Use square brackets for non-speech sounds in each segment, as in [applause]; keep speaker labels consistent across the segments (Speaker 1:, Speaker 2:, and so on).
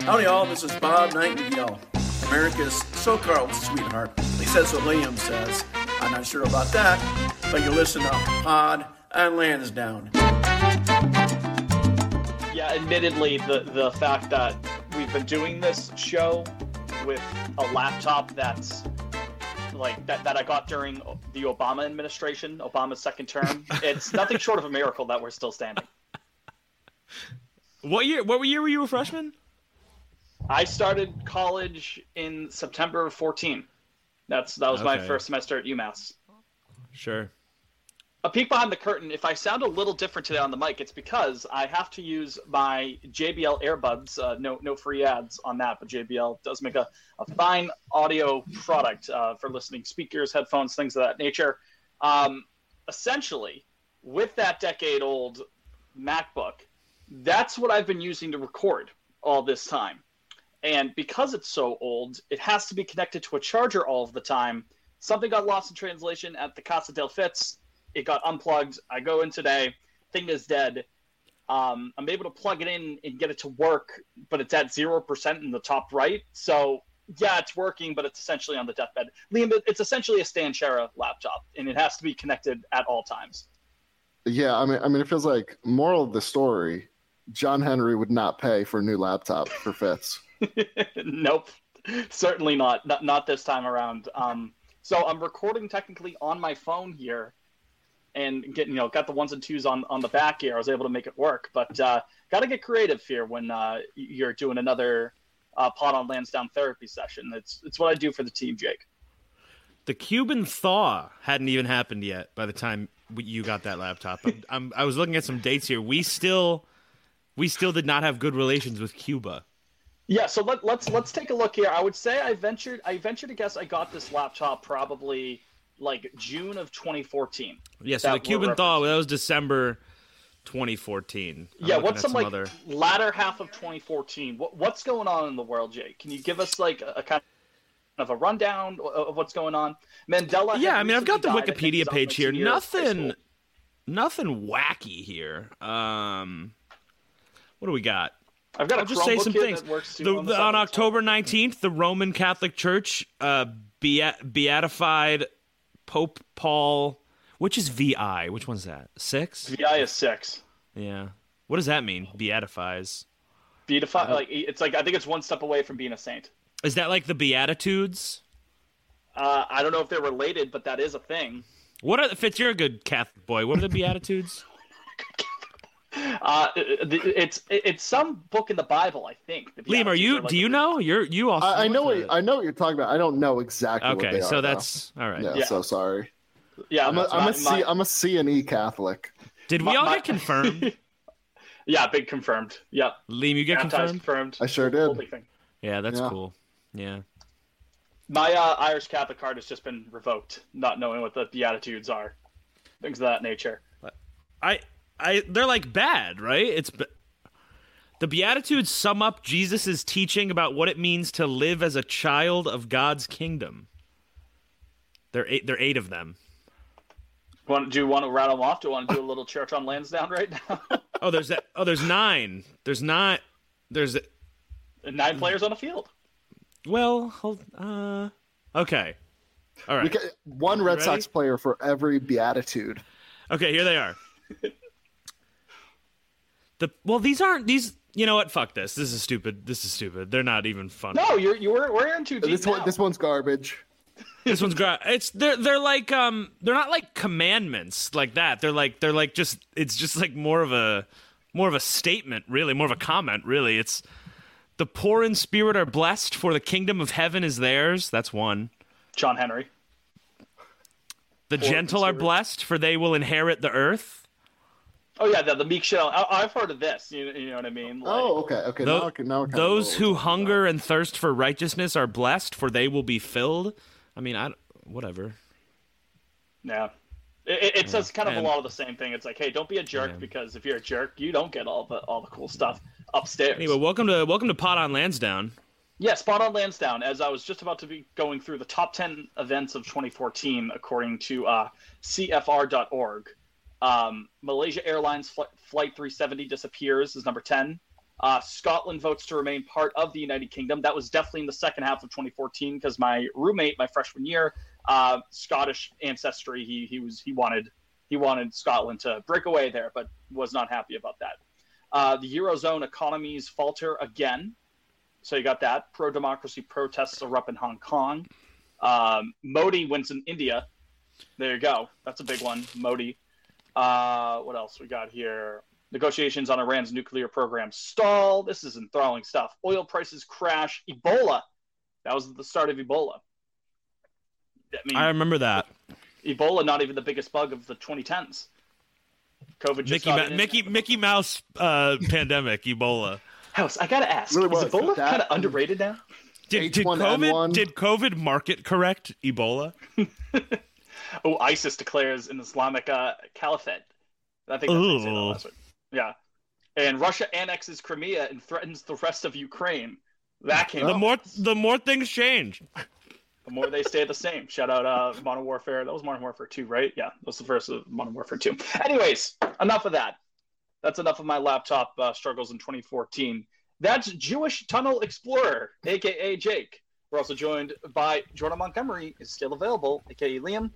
Speaker 1: Howdy, y'all. This is Bob Nightingale, America's so-called sweetheart. At least that's what Liam says. I'm not sure about that, but you listen to Pod and Lansdowne.
Speaker 2: Yeah, admittedly, the, the fact that we've been doing this show with a laptop that's like that, that I got during the Obama administration, Obama's second term, it's nothing short of a miracle that we're still standing.
Speaker 3: What year? What year were you a freshman?
Speaker 2: I started college in September of 14. That's that was my
Speaker 3: Okay.
Speaker 2: first semester at UMass.
Speaker 3: Sure.
Speaker 2: A peek behind the curtain. If I sound a little different today on the mic, it's because I have to use my JBL earbuds. Uh, no, no free ads on that, but JBL does make a, a fine audio product uh, for listening speakers, headphones, things of that nature. Um, essentially, with that decade-old MacBook, that's what I've been using to record all this time. And because it's so old, it has to be connected to a charger all of the time. Something got lost in translation at the Casa del Fitz. It got unplugged. I go in today. Thing is dead. Um, I'm able to plug it in and get it to work, but it's at 0% in the top right. So, yeah, it's working, but it's essentially on the deathbed. Liam, it- it's essentially a Stan Shara laptop, and it has to be connected at all times.
Speaker 4: Yeah, I mean, I mean, it feels like moral of the story: John Henry would not pay for a new laptop for Fitz.
Speaker 2: [laughs] nope, certainly not. not. Not this time around. Um, so I'm recording technically on my phone here, and getting you know got the ones and twos on on the back here. I was able to make it work, but uh, got to get creative here when uh, you're doing another uh, pot on Lansdowne therapy session. It's it's what I do for the team, Jake.
Speaker 3: The Cuban thaw hadn't even happened yet by the time w- you got that laptop. I'm, I'm, I was looking at some dates here. We still, we still did not have good relations with Cuba.
Speaker 2: Yeah, so let, let's let's take a look here. I would say I ventured I venture to guess I got this laptop probably like June of 2014.
Speaker 3: Yeah, so
Speaker 2: That
Speaker 3: the Cuban
Speaker 2: we're
Speaker 3: thaw that was December 2014. I'm
Speaker 2: yeah,
Speaker 3: looking
Speaker 2: what's
Speaker 3: at
Speaker 2: some like
Speaker 3: other-
Speaker 2: latter half of 2014? What, what's going on in the world, Jake? Can you give us like a, a kind of a rundown o- of what's going on? Mandela. had
Speaker 3: Yeah, I mean, I've got the
Speaker 2: recently died. I think he's
Speaker 3: Wikipedia
Speaker 2: on,
Speaker 3: page
Speaker 2: like,
Speaker 3: here.
Speaker 2: two years of high
Speaker 3: Nothing,
Speaker 2: school.
Speaker 3: nothing wacky here. Um, what do we got?
Speaker 2: I've got a
Speaker 3: I'll just say
Speaker 2: Chromebook
Speaker 3: some
Speaker 2: here
Speaker 3: things.
Speaker 2: That works too
Speaker 3: The-
Speaker 2: on,
Speaker 3: the-
Speaker 2: the
Speaker 3: on
Speaker 2: side.
Speaker 3: October 19th, the Roman Catholic Church uh, beat, beatified Pope Paul. Which is VI? Which one's that? Six?
Speaker 2: VI is six.
Speaker 3: Yeah. What does that mean? Beatifies.
Speaker 2: Beautify,
Speaker 3: Uh-huh.
Speaker 2: like it's like I think it's one step away from being a saint.
Speaker 3: Is that like the Beatitudes?
Speaker 2: Uh, I don't know if they're related, but that is a thing.
Speaker 3: What are the Fitz? You're a good Catholic boy.
Speaker 2: [laughs]
Speaker 3: What are the Beatitudes?
Speaker 2: Uh, it's it's some book in the Bible, I think. The
Speaker 3: Liam, are
Speaker 2: Beatitudes
Speaker 3: you?
Speaker 2: like
Speaker 3: Do
Speaker 2: a-
Speaker 3: you know? You're you also.
Speaker 4: I, I
Speaker 3: you
Speaker 4: know
Speaker 3: went
Speaker 4: what
Speaker 3: to-
Speaker 4: I know what you're talking about. I don't know exactly. what
Speaker 3: Okay,
Speaker 4: they
Speaker 3: so
Speaker 4: are, though.
Speaker 3: that's all right.
Speaker 4: yeah,
Speaker 2: Yeah.
Speaker 4: So sorry.
Speaker 2: Yeah,
Speaker 4: I'm a,
Speaker 2: that's
Speaker 4: I'm
Speaker 2: my-
Speaker 4: a C.
Speaker 2: my-
Speaker 4: I'm a C and E Catholic.
Speaker 3: Did we
Speaker 2: My-
Speaker 3: all
Speaker 2: my-
Speaker 3: get confirmed?
Speaker 4: [laughs]
Speaker 2: yeah, big confirmed. Yep,
Speaker 3: Liam, you get
Speaker 2: baptized,
Speaker 3: confirmed?
Speaker 2: confirmed.
Speaker 4: I sure
Speaker 2: Holy
Speaker 4: did.
Speaker 2: thing.
Speaker 3: Yeah, that's
Speaker 4: Yeah.
Speaker 3: cool. Yeah.
Speaker 2: My uh, Irish Catholic card has just been revoked, not knowing what the Beatitudes are, things of that nature.
Speaker 3: I I they're like bad, right? It's b- the Beatitudes sum up Jesus' teaching about what it means to live as a child of God's kingdom. There are eight, there are eight of them.
Speaker 2: Want, do you want to rattle them off? Do you want to do a little church on Lansdowne right now? [laughs]
Speaker 3: Oh, there's that. Oh, there's nine. There's not. There's
Speaker 2: Nine players on a field.
Speaker 3: well. Hold, uh, okay. All
Speaker 4: We
Speaker 3: right.
Speaker 4: get one Red
Speaker 3: ready?
Speaker 4: Sox player for every beatitude.
Speaker 3: Okay, here they are. The well, these aren't these. You know what? Fuck this. This is stupid. This is stupid. They're not even funny.
Speaker 2: No, you're you were we're in too deep
Speaker 4: This
Speaker 2: now.
Speaker 4: one. This one's garbage.
Speaker 3: This one's gra- it's they're they're like um they're not like commandments like that. They're like they're like just it's just like more of a more of a statement really, more of a comment really. It's the poor in spirit are blessed for the kingdom of heaven is theirs. That's one.
Speaker 2: John Henry.
Speaker 3: The gentle are blessed for they will inherit the earth.
Speaker 2: Oh yeah, the, the meek shit. I, I've heard of this. You, you know what I mean? Like,
Speaker 4: Oh, okay, okay.
Speaker 3: Tho-
Speaker 4: now I can, now I kinda know
Speaker 3: Those
Speaker 4: what
Speaker 3: who
Speaker 4: we're talking about.
Speaker 3: hunger and thirst for righteousness are blessed, for they will be filled. I mean, I whatever.
Speaker 2: yeah. It, it, it says kind of
Speaker 3: And-
Speaker 2: a lot of the same thing. It's like, hey, don't be a jerk because if you're a jerk, you don't get all the all the cool stuff upstairs.
Speaker 3: Anyway, welcome to welcome to Pot on Lansdowne.
Speaker 2: Yeah, spot on Lansdowne. As I was just about to be going through the top 10 events of 2014, according to uh, CFR.org, um, Malaysia Airlines Fl- Flight 370 disappears is number 10. Uh, Scotland votes to remain part of the United Kingdom. That was definitely in the second half of 2014 because my roommate, my freshman year, uh, Scottish ancestry, he, he was he wanted he wanted Scotland to break away there, but was not happy about that. Uh, the eurozone economies falter again. So you got that. Pro democracy protests are up in Hong Kong. Um, Modi wins in India. There you go. That's a big one. Modi. Uh, what else we got here? Negotiations on Iran's nuclear program stall. This is enthralling stuff. Oil prices crash. Ebola. That was the start of Ebola. I mean,
Speaker 3: I remember that.
Speaker 2: Ebola, not even the biggest bug of the 2010s. COVID just
Speaker 3: Mickey
Speaker 2: got
Speaker 3: Ma-
Speaker 2: in-
Speaker 3: Mickey Mickey Mouse uh, pandemic Ebola.
Speaker 2: House, I gotta ask,
Speaker 4: Really
Speaker 2: is
Speaker 4: was.
Speaker 2: Ebola
Speaker 4: That-
Speaker 2: kind of underrated now?
Speaker 3: Did, did
Speaker 4: H1N1.
Speaker 3: COVID did COVID market correct Ebola?
Speaker 2: Oh, ISIS declares an Islamic uh, caliphate. I think that's what they said
Speaker 3: Ooh.
Speaker 2: last week. Yeah. And Russia annexes Crimea and threatens the rest of Ukraine. That came
Speaker 3: The
Speaker 2: up.
Speaker 3: more the more things change.
Speaker 2: the more they stay the same. Shout out uh, Modern Warfare. That was Modern Warfare 2, right? Yeah, that was the first of Modern Warfare 2. Anyways, enough of that. That's enough of my laptop uh, struggles in 2014. That's Jewish Tunnel Explorer, aka Jake. We're also joined by Jordan Montgomery, is still available, aka Liam.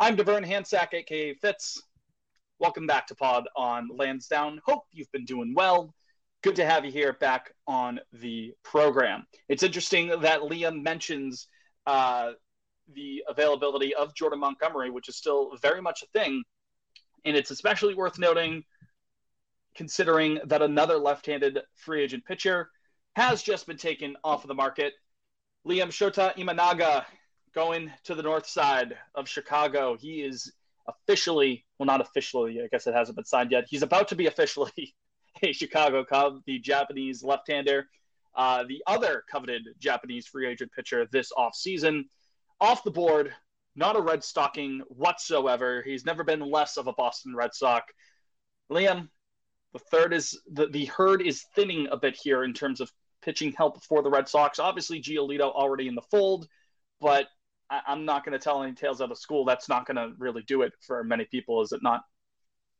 Speaker 2: I'm Devern Hansack, aka Fitz. Welcome back to Pod on Lansdowne. Hope you've been doing well good to have you here back on the program. It's interesting that Liam mentions uh, the availability of Jordan Montgomery, which is still very much a thing. And it's especially worth noting considering that another left handed free agent pitcher has just been taken off of the market. Liam Shota Imanaga going to the north side of Chicago. He is officially, well, not officially, I guess it hasn't been signed yet. He's about to be officially [laughs] a Chicago Cub, the Japanese left-hander, uh, the other coveted Japanese free agent pitcher this offseason. Off the board, not a Red Stocking whatsoever. He's never been less of a Boston Red Sox. Liam, the third is the, the herd is thinning a bit here in terms of pitching help for the Red Sox. Obviously, Giolito already in the fold, but I, I'm not going to tell any tales out of school. That's not going to really do it for many people, is it not? [laughs]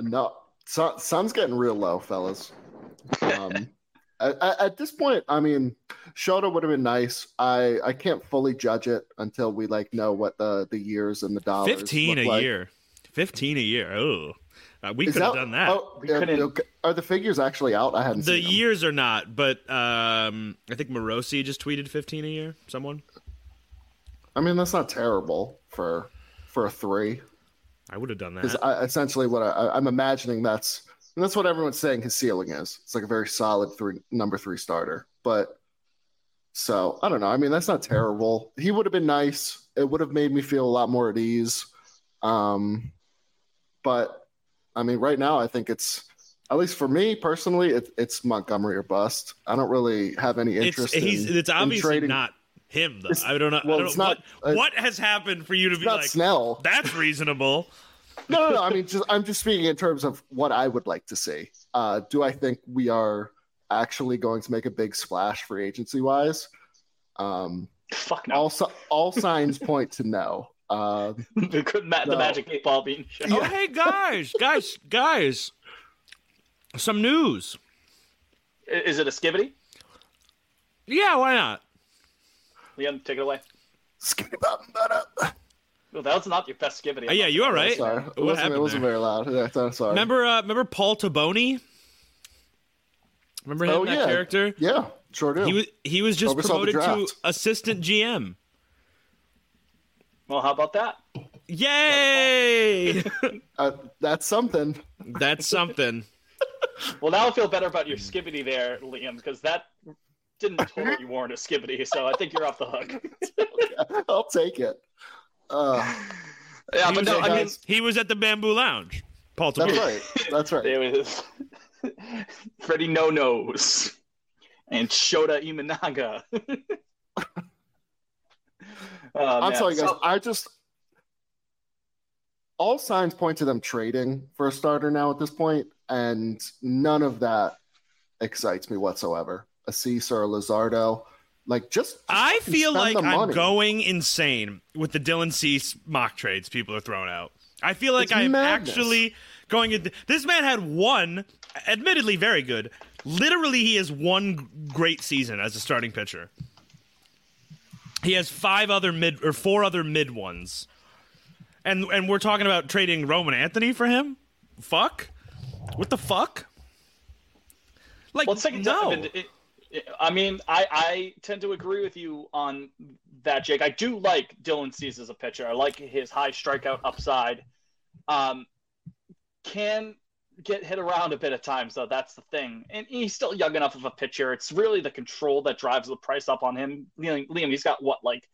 Speaker 4: No, sun, sun's getting real low, fellas. Um, [laughs] at, at- at this point, I mean, Shota would have been nice. I I can't fully judge it until we like know what the the years and the dollars.
Speaker 3: Fifteen a
Speaker 4: Oh, look like.
Speaker 3: year. Fifteen a year. Oh, uh, we
Speaker 4: Is
Speaker 3: could have done that.
Speaker 4: oh,
Speaker 2: We
Speaker 4: yeah,
Speaker 2: couldn't-
Speaker 4: okay. Are the figures actually out? I hadn't
Speaker 3: the
Speaker 4: seen them.
Speaker 3: years are not, but um, I think Morosi just tweeted fifteen a year. Someone.
Speaker 4: I mean, that's not terrible for for a three.
Speaker 3: I would have done
Speaker 4: because
Speaker 3: that.
Speaker 4: essentially what I, I- I'm imagining that's and that's what everyone's saying his ceiling is. It's like a very solid three number three starter. But so I don't know. I mean, that's not
Speaker 3: Hmm.
Speaker 4: terrible. He would have been nice. It would have made me feel a lot more at ease. Um, but I mean, right now I think it's at least for me personally, it, it's Montgomery or bust. I don't really have any
Speaker 3: it's
Speaker 4: interest.
Speaker 3: he's
Speaker 4: in,
Speaker 3: it's
Speaker 4: in
Speaker 3: obviously
Speaker 4: trading-
Speaker 3: not him though.
Speaker 4: It's-
Speaker 3: I don't know. I
Speaker 4: well,
Speaker 3: don't,
Speaker 4: it's not-
Speaker 3: what,
Speaker 4: uh,
Speaker 3: what has happened for you to
Speaker 4: it's
Speaker 3: be
Speaker 4: not
Speaker 3: like
Speaker 4: Snell.
Speaker 3: that's reasonable.
Speaker 4: no, no, no. I mean, just I'm just speaking in terms of what I would like to see. Uh, do I think we are actually going to make a big splash free agency wise? Um,
Speaker 2: Fuck no.
Speaker 4: all si- all signs point to no. Uh,
Speaker 2: [laughs] the, good ma- the
Speaker 4: No.
Speaker 2: magic eight ball being shot.
Speaker 3: Oh hey guys, guys, guys. Some news.
Speaker 2: Is it a skibbity?
Speaker 3: Yeah, why not?
Speaker 2: Liam, take it away.
Speaker 4: skip up, but up.
Speaker 2: Well, that was not your best skibbity.
Speaker 3: Uh, yeah, you all right?
Speaker 4: Sorry, it
Speaker 3: What
Speaker 4: wasn't, it
Speaker 3: happened
Speaker 4: wasn't
Speaker 3: there?
Speaker 4: very loud. Yeah, so- sorry.
Speaker 3: Remember, uh, remember Paul Taboni? Remember him,
Speaker 4: Oh,
Speaker 3: that
Speaker 4: yeah.
Speaker 3: character?
Speaker 4: Yeah, sure do.
Speaker 3: He was he was just
Speaker 4: Oversaw the
Speaker 3: promoted to
Speaker 4: draft.
Speaker 3: assistant GM.
Speaker 2: Well, how about that?
Speaker 3: Yay! [laughs]
Speaker 4: uh, that's something. [laughs]
Speaker 3: That's something.
Speaker 2: Well, now I feel better about your skibbity there, Liam, because that didn't totally warrant a skibbity, so I think you're off the hook.
Speaker 4: I'll take it. Uh,
Speaker 2: Yeah,
Speaker 3: He
Speaker 2: but
Speaker 3: was
Speaker 2: no,
Speaker 3: at-
Speaker 2: I mean,
Speaker 3: he was at the Bamboo Lounge. Paul
Speaker 4: That's
Speaker 3: Taboo.
Speaker 4: right. That's right.
Speaker 2: There it is. [laughs] Freddie No Nos and Shota Imanaga. [laughs] Oh,
Speaker 4: I'm
Speaker 2: man.
Speaker 4: telling you guys,
Speaker 2: So-
Speaker 4: I just all signs point to them trading for a starter now at this point, and none of that excites me whatsoever. A Cease or a Lizardo, like just, just
Speaker 3: I
Speaker 4: fucking
Speaker 3: feel
Speaker 4: spend
Speaker 3: like
Speaker 4: the
Speaker 3: I'm
Speaker 4: money.
Speaker 3: going insane with the Dylan Cease mock trades people are throwing out. I feel like
Speaker 4: It's
Speaker 3: I'm
Speaker 4: madness.
Speaker 3: actually going. In, this man had one, admittedly very good. Literally, he has one great season as a starting pitcher. He has five other mid or four other mid ones, and and we're talking about trading Roman Anthony for him. Fuck, what the fuck? Like
Speaker 2: Well, it's like,
Speaker 3: no.
Speaker 2: it- it- I mean, I, I tend to agree with you on that, Jake. I do like Dylan Cease as a pitcher. I like his high strikeout upside. Um, can get hit around a bit at times, though. That's the thing. And he's still young enough of a pitcher. It's really the control that drives the price up on him. Liam, Liam, he's got what, like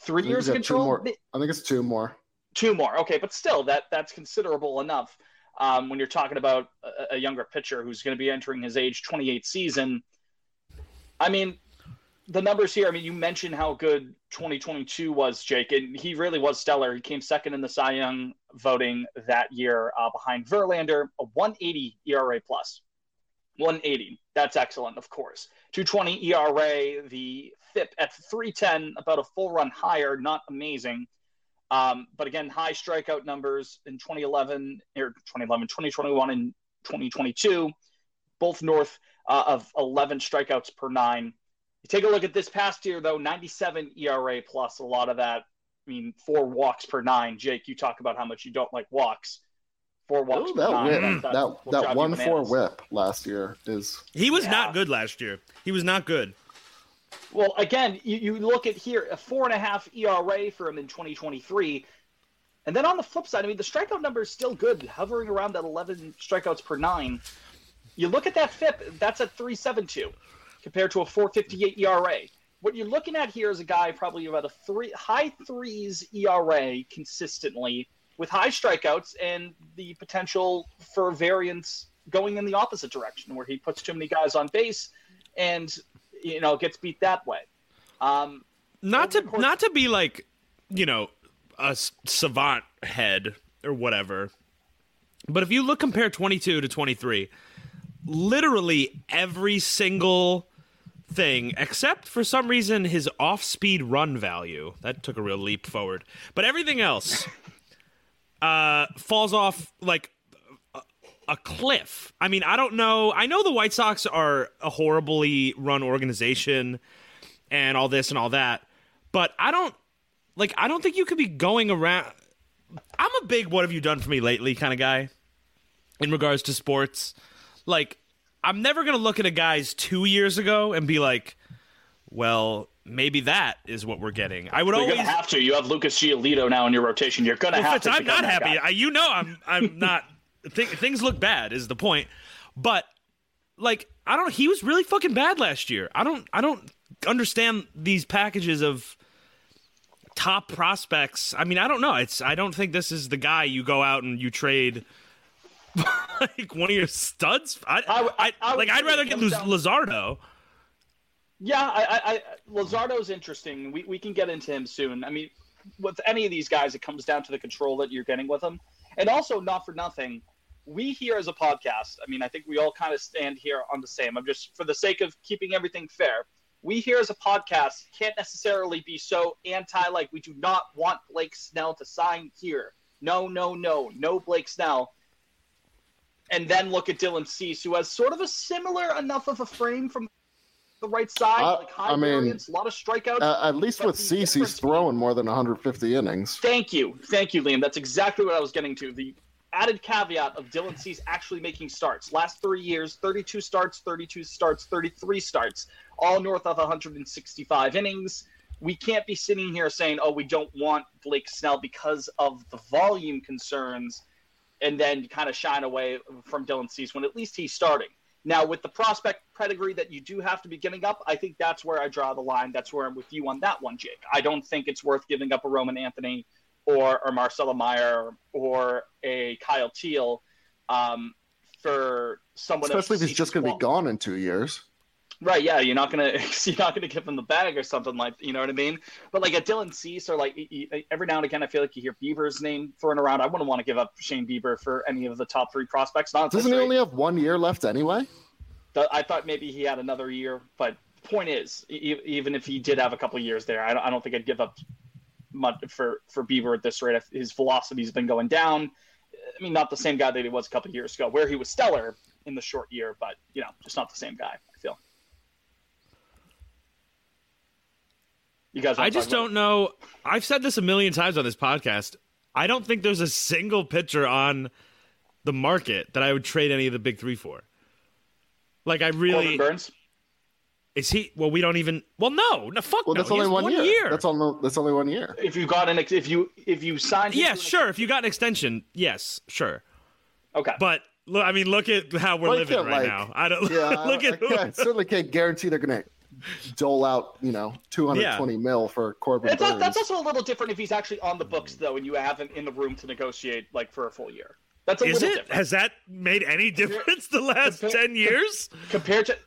Speaker 2: three
Speaker 4: He's
Speaker 2: years of
Speaker 4: got two
Speaker 2: control?
Speaker 4: more. I think it's two more.
Speaker 2: two more. Okay, but still, that that's considerable enough um, when you're talking about a, a younger pitcher who's going to be entering his age 28 season. I mean, the numbers here. I mean, you mentioned how good 2022 was, Jake, and he really was stellar. He came second in the Cy Young voting that year uh, behind Verlander, a 180 ERA plus. 180. That's excellent, of course. 220 ERA, the FIP at 310, about a full run higher, not amazing. Um, but again, high strikeout numbers in 2011 or 2011, 2021, and 2022, both north uh, of 11 strikeouts per nine. You take a look at this past year, though, 97 ERA plus, a lot of that. I mean, four walks per nine. Jake, you talk about how much you don't like walks. Four walks
Speaker 4: Ooh,
Speaker 2: per
Speaker 4: that
Speaker 2: nine.
Speaker 4: whip,
Speaker 2: that's- that's
Speaker 4: that
Speaker 2: what drives
Speaker 4: that
Speaker 2: you
Speaker 4: one four
Speaker 2: bananas.
Speaker 4: whip last year is
Speaker 3: He was
Speaker 2: Yeah.
Speaker 3: not good last year. He was not good.
Speaker 2: Well, again, you, you look at here a four and a half ERA for him in 2023. And then on the flip side, I mean, the strikeout number is still good, hovering around that 11 strikeouts per nine. You look at that FIP, that's at 372 compared to a 458 ERA. What you're looking at here is a guy probably about a three high threes ERA consistently with high strikeouts and the potential for variance going in the opposite direction where he puts too many guys on base and you know gets beat that way. Um,
Speaker 3: not
Speaker 2: Well,
Speaker 3: to
Speaker 2: of course-
Speaker 3: not to be like you know a s- savant head or whatever but if you look compare 22 to 23 literally every single thing except for some reason his off-speed run value that took a real leap forward but everything else uh falls off like a cliff. I mean, I don't know. I know the White Sox are a horribly run organization and all this and all that, but I don't like I don't think you could be going around I'm a big what have you done for me lately kind of guy in regards to sports. Like I'm never going to look at a guy's 2 years ago and be like, well, maybe that is what we're getting. I would
Speaker 2: you're
Speaker 3: always
Speaker 2: gonna have to. You have Lucas Giolito now in your rotation. You're gonna
Speaker 3: well,
Speaker 2: have
Speaker 3: Fitz,
Speaker 2: to.
Speaker 3: I'm
Speaker 2: become
Speaker 3: not
Speaker 2: that
Speaker 3: happy.
Speaker 2: guy.
Speaker 3: I, you know, I'm I'm [laughs] not. Th- things look bad is the point, but like I don't. He was really fucking bad last year. I don't. I don't understand these packages of top prospects. I mean, I don't know. It's. I don't think this is the guy you go out and you trade. [laughs] like one of your studs, I,
Speaker 2: I would-
Speaker 3: I,
Speaker 2: I would
Speaker 3: like.
Speaker 2: say
Speaker 3: I'd rather
Speaker 2: it
Speaker 3: get
Speaker 2: comes
Speaker 3: Luz,
Speaker 2: down-
Speaker 3: Lazardo.
Speaker 2: Yeah, I, I, I Lazardo's interesting. We, we can get into him soon. I mean, with any of these guys, it comes down to the control that you're getting with them. And also, not for nothing, we here as a podcast, I mean, I think we all kind of stand here on the same. I'm just, for the sake of keeping everything fair, we here as a podcast can't necessarily be so anti, like, we do not want Blake Snell to sign here. No, no, no, no Blake Snell and then look at Dylan Cease, who has sort of a similar enough of a frame from the right side,
Speaker 4: Uh,
Speaker 2: like high
Speaker 4: I mean,
Speaker 2: variance, a lot of strikeouts.
Speaker 4: uh, at least with
Speaker 2: But the
Speaker 4: Cease,
Speaker 2: difference-
Speaker 4: he's throwing more than 150 innings.
Speaker 2: Thank you, thank you, Liam. That's exactly what I was getting to. The added caveat of Dylan Cease actually making starts. Last three years, 32 starts, 32 starts, 33 starts, all north of 165 innings. We can't be sitting here saying, "Oh, we don't want Blake Snell because of the volume concerns," and then kind of shine away from Dylan Cease when at least he's starting. Now, with the prospect pedigree that you do have to be giving up, I think that's where I draw the line. That's where I'm with you on that one, Jake. I don't think it's worth giving up a Roman Anthony or, or Marcella Meyer or a Kyle Teal um, for someone. of
Speaker 4: Especially if he's
Speaker 2: Seaton's
Speaker 4: just going to be
Speaker 2: qual-
Speaker 4: gone in two years.
Speaker 2: Right, yeah, you're not gonna [laughs] you're not gonna give him the bag or something like you know what I mean. But like a Dylan Cease or like y- y- every now and again, I feel like you hear Bieber's name thrown around. I wouldn't want to give up Shane Bieber for any of the top three prospects. Not at this
Speaker 4: Doesn't he
Speaker 2: rate.
Speaker 4: only have one year left anyway?
Speaker 2: Th- I thought maybe he had another year, but point is, e- even if he did have a couple years there, I don't, I don't think I'd give up much for for Bieber at this rate. His velocity's been going down. I mean, not the same guy that he was a couple years ago, where he was stellar in the short year, but you know, just not the same guy. I feel. You guys, wanna
Speaker 3: I
Speaker 2: talk
Speaker 3: just
Speaker 2: about-
Speaker 3: don't know. I've said this a million times on this podcast. I don't think there's a single pitcher on the market that I would trade any of the big three for. Like I
Speaker 2: Corbin
Speaker 3: really
Speaker 2: Burns.
Speaker 3: is he? Well, we don't even. Well, no, no, fuck.
Speaker 4: Well,
Speaker 3: no.
Speaker 4: that's
Speaker 3: He
Speaker 4: only
Speaker 3: has
Speaker 4: one, year.
Speaker 3: year.
Speaker 4: That's only that's only one year.
Speaker 2: If you got an, ex- if you if you signed, him
Speaker 3: Yeah,
Speaker 2: to an ex-
Speaker 3: sure. If you got an extension, yes, sure.
Speaker 2: Okay,
Speaker 3: But look, I mean, look at how we're
Speaker 4: Well, you
Speaker 3: living
Speaker 4: can't,
Speaker 3: right
Speaker 4: like-
Speaker 3: now. I don't
Speaker 4: Yeah,
Speaker 3: [laughs]
Speaker 4: I-
Speaker 3: look
Speaker 4: I,
Speaker 3: at who.
Speaker 4: can't- certainly can't guarantee they're going to dole out you know 220 mil for Corbin
Speaker 2: It's al-
Speaker 4: Burns.
Speaker 2: that's also a little different if he's actually on the books though, and you have him in the room to negotiate like for a full year. That's a
Speaker 3: Is
Speaker 2: little
Speaker 3: it?
Speaker 2: different
Speaker 3: Has that made any difference the last
Speaker 2: Compare-
Speaker 3: ten years?
Speaker 2: compared to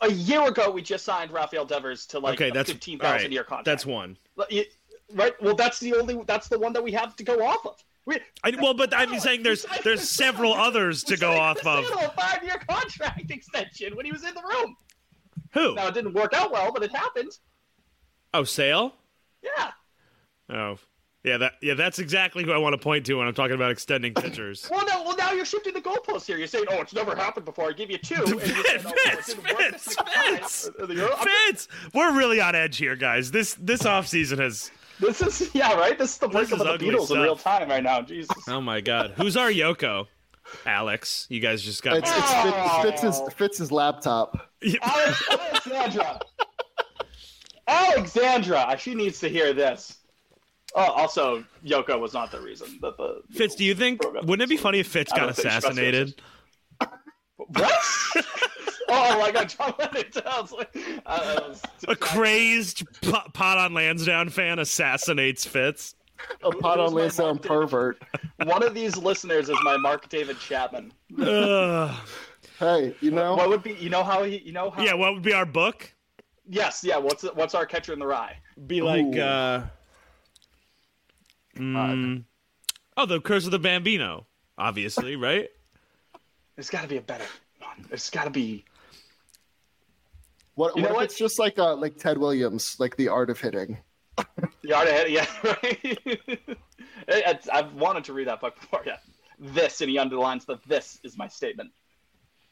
Speaker 2: a year ago. We just signed Rafael Devers to like
Speaker 3: okay,
Speaker 2: a
Speaker 3: that's
Speaker 2: fifteen
Speaker 3: all
Speaker 2: thousand
Speaker 3: right,
Speaker 2: year contract.
Speaker 3: That's one.
Speaker 2: Like, you- right. Well, that's the only. That's the one that we have to go off of. We,
Speaker 3: I, well, but I'm
Speaker 2: Allen, [laughs]
Speaker 3: saying there's
Speaker 2: we signed
Speaker 3: there's
Speaker 2: Chris
Speaker 3: several
Speaker 2: Allen.
Speaker 3: others
Speaker 2: We
Speaker 3: to go
Speaker 2: signed
Speaker 3: off
Speaker 2: Chris
Speaker 3: of.
Speaker 2: Allen to a five-year contract [laughs] extension when he was in the room.
Speaker 3: Who?
Speaker 2: Now it didn't work out well, but it happened.
Speaker 3: Oh, Sale.
Speaker 2: Yeah.
Speaker 3: Oh, yeah. That yeah. That's exactly who I want to point to when I'm talking about extending pitchers.
Speaker 2: Well, no. Well, now you're shifting the goalposts here. You're saying, "Oh, it's never happened before." I give you two. and you said, "Oh, well, it
Speaker 3: Fitz,
Speaker 2: didn't work the
Speaker 3: Fitz,
Speaker 2: second time."
Speaker 3: Fitz,
Speaker 2: Uh, you're- I'm
Speaker 3: Fitz, we're really on edge here, guys. This this off season has.
Speaker 2: This is yeah, right. This is the breakup
Speaker 3: is
Speaker 2: of the
Speaker 3: ugly
Speaker 2: Beatles in
Speaker 3: stuff.
Speaker 2: real time right now. Jesus.
Speaker 3: Oh my God. Who's our Yoko? Alex, you guys just got.
Speaker 4: it's, it's
Speaker 2: Oh.
Speaker 4: Fitz, Fitz's, Fitz's laptop.
Speaker 2: Alex, Alexandra. Alexandra, Uh, she needs to hear this. Oh, also, Yoko was not the reason that the
Speaker 3: Fitz, do you think
Speaker 2: Broke up.
Speaker 3: wouldn't it be funny if Fitz
Speaker 2: I
Speaker 3: got
Speaker 2: don't think she must be
Speaker 3: assassinated?
Speaker 2: what? [laughs] oh my God, John Lennon tells. Like, uh, it was-
Speaker 3: A crazed po- pot on Lansdowne fan
Speaker 2: [laughs]
Speaker 3: assassinates Fitz.
Speaker 4: A pot
Speaker 2: who's
Speaker 4: on
Speaker 2: my
Speaker 4: Lansdowne
Speaker 2: Mark Davis?
Speaker 4: pervert.
Speaker 2: One of these listeners is my Mark David Chapman.
Speaker 3: Ugh.
Speaker 4: Hey, you know
Speaker 2: What would be? You know how he? You know how?
Speaker 3: yeah, what would be our book?
Speaker 2: Yes. Yeah. What's what's our catcher in the rye?
Speaker 3: Be like.
Speaker 4: Ooh.
Speaker 3: uh mm, Oh, the Curse of the Bambino, obviously, right?
Speaker 2: There's got to be a better one. There's got to be.
Speaker 4: what?
Speaker 2: you know
Speaker 4: what if
Speaker 2: what?
Speaker 4: It's just like uh, like Ted Williams, like the art of hitting.
Speaker 2: You already had it, yeah, [laughs] right? It's- I've wanted to read that book before, yeah. This, and he underlines that this is my statement.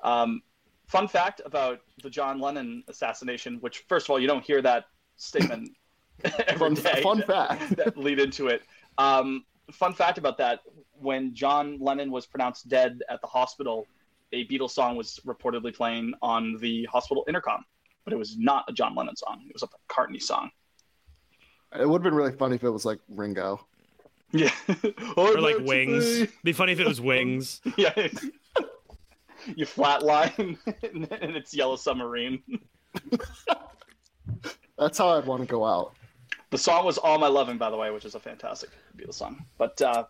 Speaker 2: Um, fun fact about the John Lennon assassination, which, first of all, you don't hear that statement [laughs] every
Speaker 4: Fun,
Speaker 2: day
Speaker 4: fun
Speaker 2: that-
Speaker 4: fact.
Speaker 2: that lead into it. Um, fun fact about that when John Lennon was pronounced dead at the hospital, a Beatles song was reportedly playing on the hospital intercom, but it was not a John Lennon song, it was a McCartney song.
Speaker 4: It would have been really funny if it was like Ringo.
Speaker 2: [laughs] Yeah.
Speaker 3: Or like Wings. Be funny if it was Wings.
Speaker 2: [laughs] Yeah. you flatline [laughs] and it's Yellow Submarine.
Speaker 4: That's how I'd want to go out.
Speaker 2: The song was All My Loving, by the way, which is a fantastic Beatles song. But uh,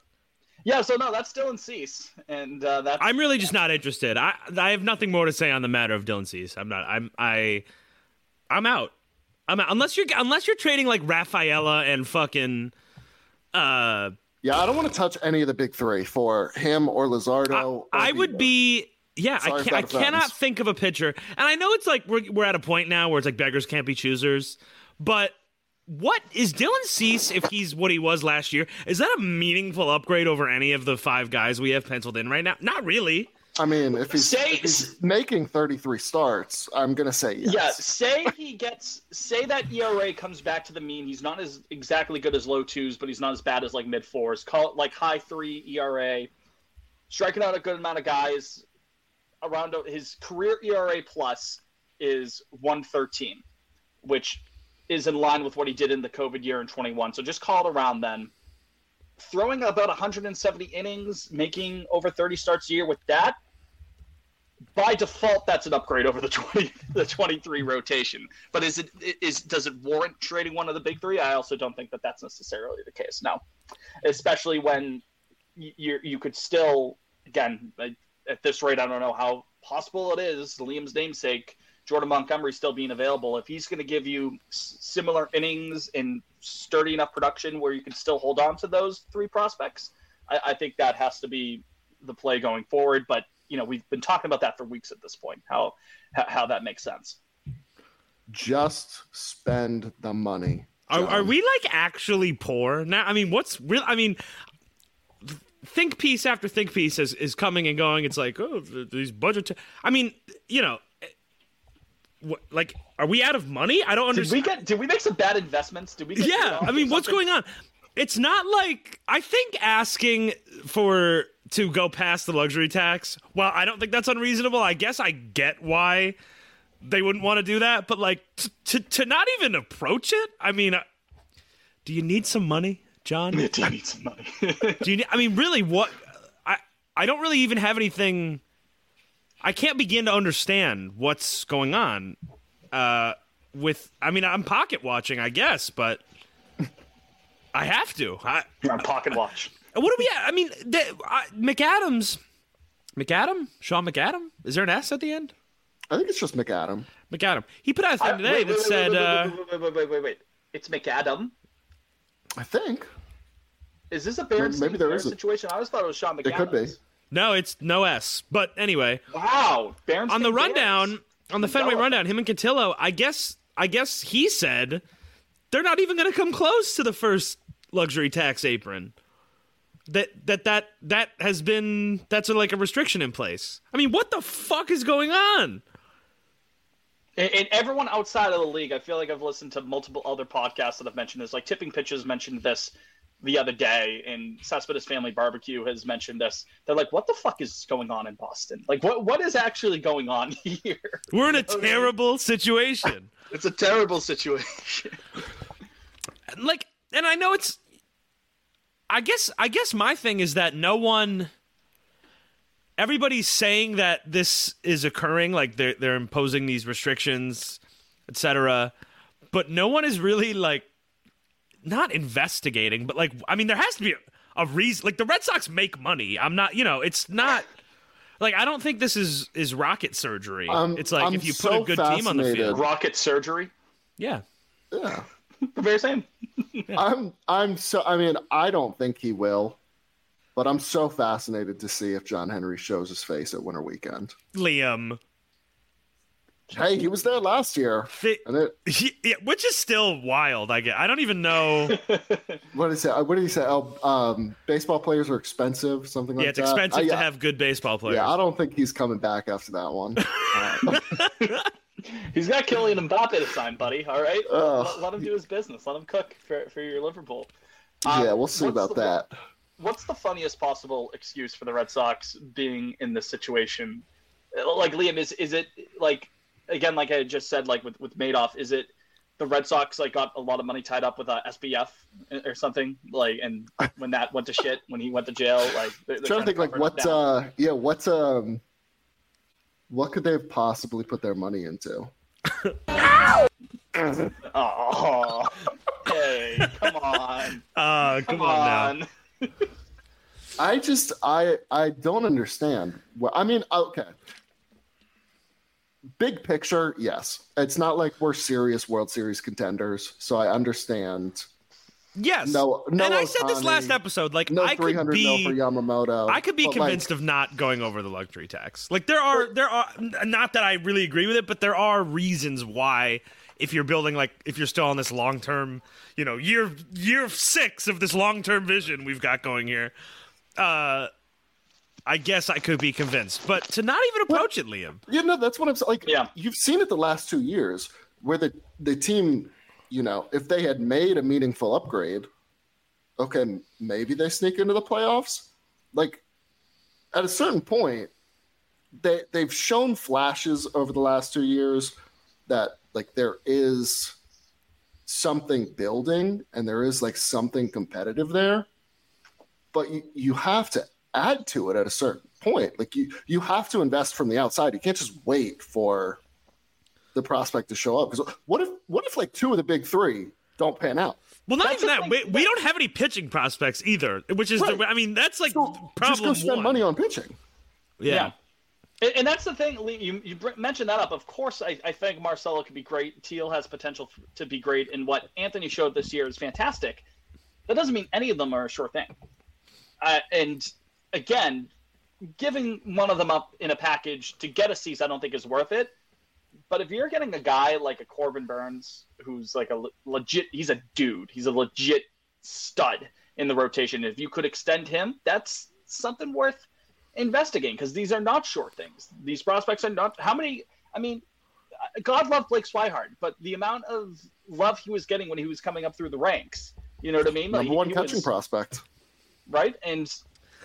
Speaker 2: yeah, so no, that's Dylan Cease. And uh, that's.
Speaker 3: I'm really just not interested. I I have nothing more to say on the matter of Dylan Cease. I'm not. I'm I I'm out. I'm out. unless you're unless you're trading like Rafaela and fucking uh
Speaker 4: Yeah, I don't want to touch any of the big three for him or Lizardo. or
Speaker 3: I
Speaker 4: Vito.
Speaker 3: would be. Yeah,
Speaker 4: Sorry
Speaker 3: I,
Speaker 4: if
Speaker 3: can't, I
Speaker 4: that offends.
Speaker 3: cannot think of a pitcher, and I know it's like we're we're at a point now where it's like beggars can't be choosers, but. What is Dylan Cease if he's what he was last year? Is that a meaningful upgrade over any of the five guys we have penciled in right now? Not really.
Speaker 4: I mean, if he's,
Speaker 2: Say-
Speaker 4: if he's making 33 starts, I'm gonna say yes.
Speaker 2: Yeah, say he gets. Say that ERA comes back to the mean. He's not as exactly good as low twos, but he's not as bad as like mid fours. Call it like high three ERA. Striking out a good amount of guys. Around his career ERA plus is 113, which is in line with what he did in the COVID year in 21. So just call it around then. Throwing about 170 innings, making over 30 starts a year with that, by default that's an upgrade over the [laughs] 20 the 23 rotation but is it is does it warrant trading one of the big three i also don't think that that's necessarily the case no especially when you you could still again I at this rate, I don't know how possible it is. Liam's namesake, Jordan Montgomery, still being available. If he's going to give you s- similar innings and sturdy enough production where you can still hold on to those three prospects, I, I think that has to be the play going forward. But you know, we've been talking about that for weeks at this point. How how, how that makes sense.
Speaker 4: Just spend the money.
Speaker 3: Are,
Speaker 4: John.
Speaker 3: are we like actually poor now? I mean, what's real? I mean, th- think piece after think piece is, is coming and going. It's like, oh, th- these budget. I mean, you know, eh, what, like, are we out of money? I don't
Speaker 2: Did we
Speaker 3: understand.
Speaker 2: get? Did we make some bad investments? Did we? Get paid [laughs]
Speaker 3: [laughs] yeah,
Speaker 2: off
Speaker 3: I
Speaker 2: or
Speaker 3: mean, what's
Speaker 2: something?
Speaker 3: going on? It's not like I think asking for to go past the luxury tax. Well, I don't think that's unreasonable. I guess I get why they wouldn't want to do that, but like t- to to not even approach it. I mean, uh, do you need some money, John?
Speaker 2: Yeah, do you need some money? [laughs]
Speaker 3: Do you? ne- I mean, really, what? I I don't really even have anything. I can't begin to understand what's going on. Uh, with I mean, I'm pocket watching, I guess, but I have to. I
Speaker 2: Your pocket watch.
Speaker 3: what do we? I mean, the, I, McAdams, McAdam, Sean McAdam. Is there an S at the end?
Speaker 4: I think it's just McAdam.
Speaker 3: McAdam. He put out a thing
Speaker 2: I-
Speaker 3: today
Speaker 2: wait, wait,
Speaker 3: that
Speaker 2: wait,
Speaker 3: said.
Speaker 2: wait,
Speaker 3: uh,
Speaker 2: wait, wait, wait, wait, wait, wait. It's McAdam.
Speaker 4: I think
Speaker 2: Is this a Barron?
Speaker 4: Maybe there
Speaker 2: Barron
Speaker 4: is a-
Speaker 2: situation. I always thought it was Sean McAdams.
Speaker 4: it could be.
Speaker 3: No, it's no S. But anyway,
Speaker 2: Wow, Barron.
Speaker 3: on the rundown, on the Fenway
Speaker 2: Develop.
Speaker 3: rundown, him and Cotillo, I guess, I guess he said they're not even going to come close to the first luxury tax apron. That that that that has been that's a, like a restriction in place. I mean, what the fuck is going on?
Speaker 2: And, and everyone outside of the league, I feel like I've listened to multiple other podcasts that have mentioned this. Like Tipping Pitches mentioned this the other day, and Cespedes Family Barbecue has mentioned this. They're like, "What the fuck is going on in Boston? Like, what what is actually going on [laughs] here?
Speaker 3: We're in a terrible situation.
Speaker 2: It's a terrible situation."
Speaker 3: like and i know it's i guess i guess my thing is that no one everybody's saying that this is occurring like they're they're imposing these restrictions etc but no one is really like not investigating but like i mean there has to be a, a reason like the red sox make money i'm not you know it's not like i don't think this is is rocket surgery
Speaker 4: Um,
Speaker 3: it's like
Speaker 4: I'm
Speaker 3: if you put
Speaker 4: so
Speaker 3: a good team on the
Speaker 4: fascinated.
Speaker 2: [laughs]
Speaker 3: field
Speaker 2: Rocket surgery.
Speaker 3: yeah
Speaker 4: Yeah.
Speaker 2: Very same.
Speaker 4: I'm I'm so I mean, I don't think he will, but I'm so fascinated to see if John Henry shows his face at winter weekend.
Speaker 3: liam
Speaker 4: Hey, he was there last year.
Speaker 3: Thi-
Speaker 4: And it,
Speaker 3: yeah, which is still wild. I get. I don't even
Speaker 4: [laughs]
Speaker 3: know.
Speaker 4: what did he say? What did he say? Oh, um, baseball players are expensive, something like
Speaker 3: Yeah, it's
Speaker 4: that.
Speaker 3: expensive
Speaker 4: I-
Speaker 3: to have good baseball players.
Speaker 4: Yeah, I don't think he's coming back after
Speaker 3: [laughs]
Speaker 4: that one. Uh,
Speaker 2: He's got Killian Mbappe to sign, buddy. All right,
Speaker 4: Ugh.
Speaker 2: let, let him do his business. Let him cook for, for your Liverpool. Um,
Speaker 4: yeah, we'll see
Speaker 2: what's
Speaker 4: about
Speaker 2: the-
Speaker 4: that.
Speaker 2: What's the funniest possible excuse for the Red Sox being in this situation? Like Liam, is is it like again, like I just said, like with with Madoff, is it the Red Sox like got a lot of money tied up with uh, SBF or something? Like, and when that went to shit, when he went to jail, like they're, they're
Speaker 4: trying to think like
Speaker 2: cover it
Speaker 4: what
Speaker 2: down.
Speaker 4: uh yeah, what's um what could they have possibly put their money into?
Speaker 2: Oh,
Speaker 4: uh,
Speaker 2: [laughs] hey, come on,
Speaker 3: Uh,
Speaker 2: come
Speaker 3: come on now.
Speaker 2: on.
Speaker 4: I just I I don't understand. Well, I mean, oh, okay. Big picture, yes. It's not like we're serious World Series contenders, so I understand.
Speaker 3: Yes.
Speaker 4: No- no
Speaker 3: And I said this
Speaker 4: Ohtani.
Speaker 3: last episode. Like
Speaker 4: No
Speaker 3: I
Speaker 4: three
Speaker 3: could
Speaker 4: hundred mil
Speaker 3: be.
Speaker 4: for Yamamoto.
Speaker 3: I could be
Speaker 4: but, like,
Speaker 3: convinced of not going over the luxury tax. Like there are there are n- not that I really agree with it, but there are reasons why if you're building like if you're still on this long term, you know, year year 6 of this long-term vision we've got going here. Uh I guess I could be convinced, but to not even approach it, Liam.
Speaker 4: Yeah, no, that's what I'm saying. Like,
Speaker 2: Yeah.
Speaker 4: you've seen it the last two years where the, the team, you know, if they had made a meaningful upgrade, okay, maybe they sneak into the playoffs. Like, at a certain point, they, they've shown flashes over the last two years that, like, there is something building and there is, like, something competitive there. But you, you have to add to it at a certain point. Like you, you have to invest from the outside. You can't just wait for the prospect to show up. Because what if what if like two of the big three don't pan out?
Speaker 3: Well, not
Speaker 2: That's
Speaker 3: even
Speaker 2: the
Speaker 3: that. We,
Speaker 2: thing.
Speaker 3: we don't have any pitching prospects either, which is
Speaker 4: Right.
Speaker 3: the. I mean, that's like
Speaker 4: So
Speaker 3: problem
Speaker 4: just go spend
Speaker 3: one.
Speaker 4: money on pitching.
Speaker 3: Yeah.
Speaker 2: And- And that's the thing, Lee. You you br- mentioned that up. Of course, I, I think Marcelo could be great. Teal has potential f- to be great, and what Anthony showed this year is fantastic. That doesn't mean any of them are a sure thing. Uh, and again, giving one of them up in a package to get a cease, I don't think is worth it. But if you're getting a guy like a Corbin Burns, who's like a le- legit, he's a dude. He's a legit stud in the rotation. If you could extend him, that's something worth investigating because these are not sure things. These prospects are not. How many? I mean, God love Blake Swihart, but the amount of love he was getting when he was coming up through the ranks, you know what I mean?
Speaker 4: Number
Speaker 2: he-
Speaker 4: one
Speaker 2: he
Speaker 4: catching
Speaker 2: was-
Speaker 4: prospect.
Speaker 2: right? And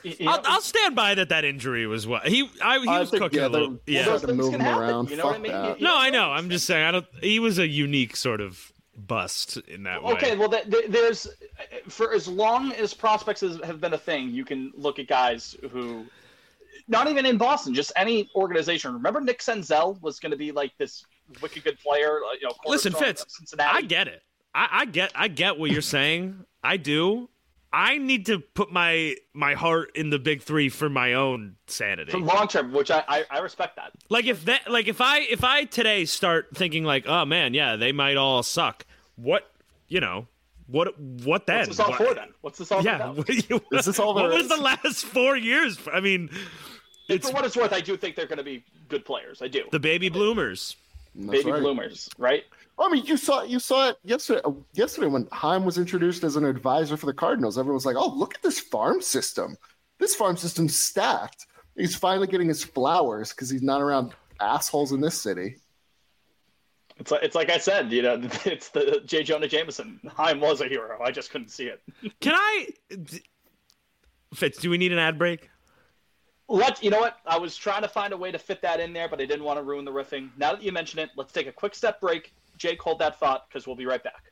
Speaker 2: y- you
Speaker 3: I'll,
Speaker 2: know,
Speaker 3: I'll stand by that. That injury was what he. I, he
Speaker 4: I
Speaker 3: was
Speaker 4: think,
Speaker 3: cooking a
Speaker 4: yeah,
Speaker 3: little.
Speaker 4: they're-
Speaker 3: Yeah.
Speaker 4: they're-
Speaker 2: those
Speaker 4: to
Speaker 2: things
Speaker 4: move
Speaker 2: can
Speaker 4: him
Speaker 2: happen,
Speaker 4: around,
Speaker 2: You know what I
Speaker 4: fuck
Speaker 2: mean?
Speaker 4: that.
Speaker 2: You-
Speaker 3: no, I know. I'm just saying. I don't. He was a unique sort of bust in that way.
Speaker 2: Okay, well, th- th- there's for as long as prospects is, have been a thing, you can look at guys who, not even in Boston, just any organization. Remember, Nick Senzel was going to be like this wicked good player. uh, You know,
Speaker 3: Listen,
Speaker 2: cornerstone
Speaker 3: Fitz,
Speaker 2: of Cincinnati.
Speaker 3: I get it. I, I get I get what you're saying. I do. I need to put my my heart in the big three for my own sanity.
Speaker 2: for long term, which I, I I respect that.
Speaker 3: Like if that like if I if I today start thinking like, oh man, yeah, they might all suck. What you know, what what then?
Speaker 2: What's this all
Speaker 3: What-
Speaker 2: for then? What's this all
Speaker 3: Yeah.
Speaker 2: for?
Speaker 3: [laughs] What, is
Speaker 4: this
Speaker 3: [laughs]
Speaker 4: all
Speaker 3: what
Speaker 4: there
Speaker 3: was
Speaker 4: is?
Speaker 3: the last four years? I mean,
Speaker 2: Now? For what it's worth, I do think they're going to be good players. I do.
Speaker 3: the baby bloomers.
Speaker 4: That's
Speaker 2: baby
Speaker 4: right.
Speaker 2: bloomers, right?
Speaker 4: I mean, you saw you saw it yesterday. uh, Yesterday, when Heim was introduced as an advisor for the Cardinals, everyone was like, "Oh, look at this farm system! This farm system's stacked." He's finally getting his flowers because he's not around assholes in this city.
Speaker 2: It's like, it's like I said, you know, [laughs] it's the J. Jonah Jameson. Heim was a hero. I just couldn't see it.
Speaker 3: Can I d- Fitz, do we need an ad break?
Speaker 2: Let you know what I was trying to find a way to fit that in there, but I didn't want to ruin the riffing. Now that you mention it, let's take a quick step break. Jake, hold that thought because we'll be right back.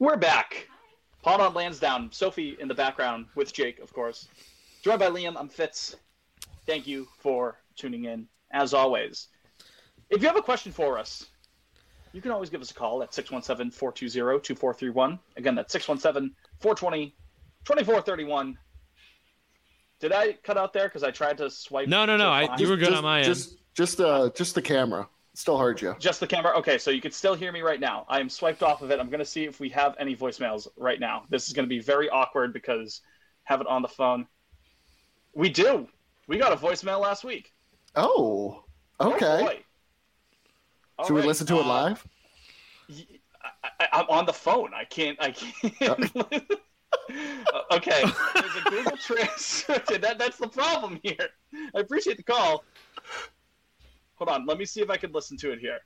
Speaker 2: We're back. Paul on Lansdowne, Sophie in the background with Jake, of course. Joined by Liam, I'm Fitz. Thank you for tuning in, as always. If you have a question for us, you can always give us a call at 617 420 2431. Again, that's 617 420 2431. Did I cut out there because I tried to swipe?
Speaker 3: No, no, no.
Speaker 2: to
Speaker 3: I,
Speaker 2: find-
Speaker 3: you were good
Speaker 4: just,
Speaker 3: on my end.
Speaker 4: just, just, uh, just the camera. Still heard you.
Speaker 2: Just the camera. Okay, so you can still hear me right now. I am swiped off of it. I'm going to see if we have any voicemails right now. This is going to be very awkward because have it on the phone. We do. We got a voicemail last week.
Speaker 4: Oh, okay.
Speaker 2: Boy. All
Speaker 4: Should we
Speaker 2: right,
Speaker 4: listen to it
Speaker 2: uh,
Speaker 4: live?
Speaker 2: I, I'm on the phone. I can't. I can't. [laughs] Uh, okay. There's a Google Translate. that, that's the problem here. I appreciate the call. Hold on. Let me see if I can listen to it here.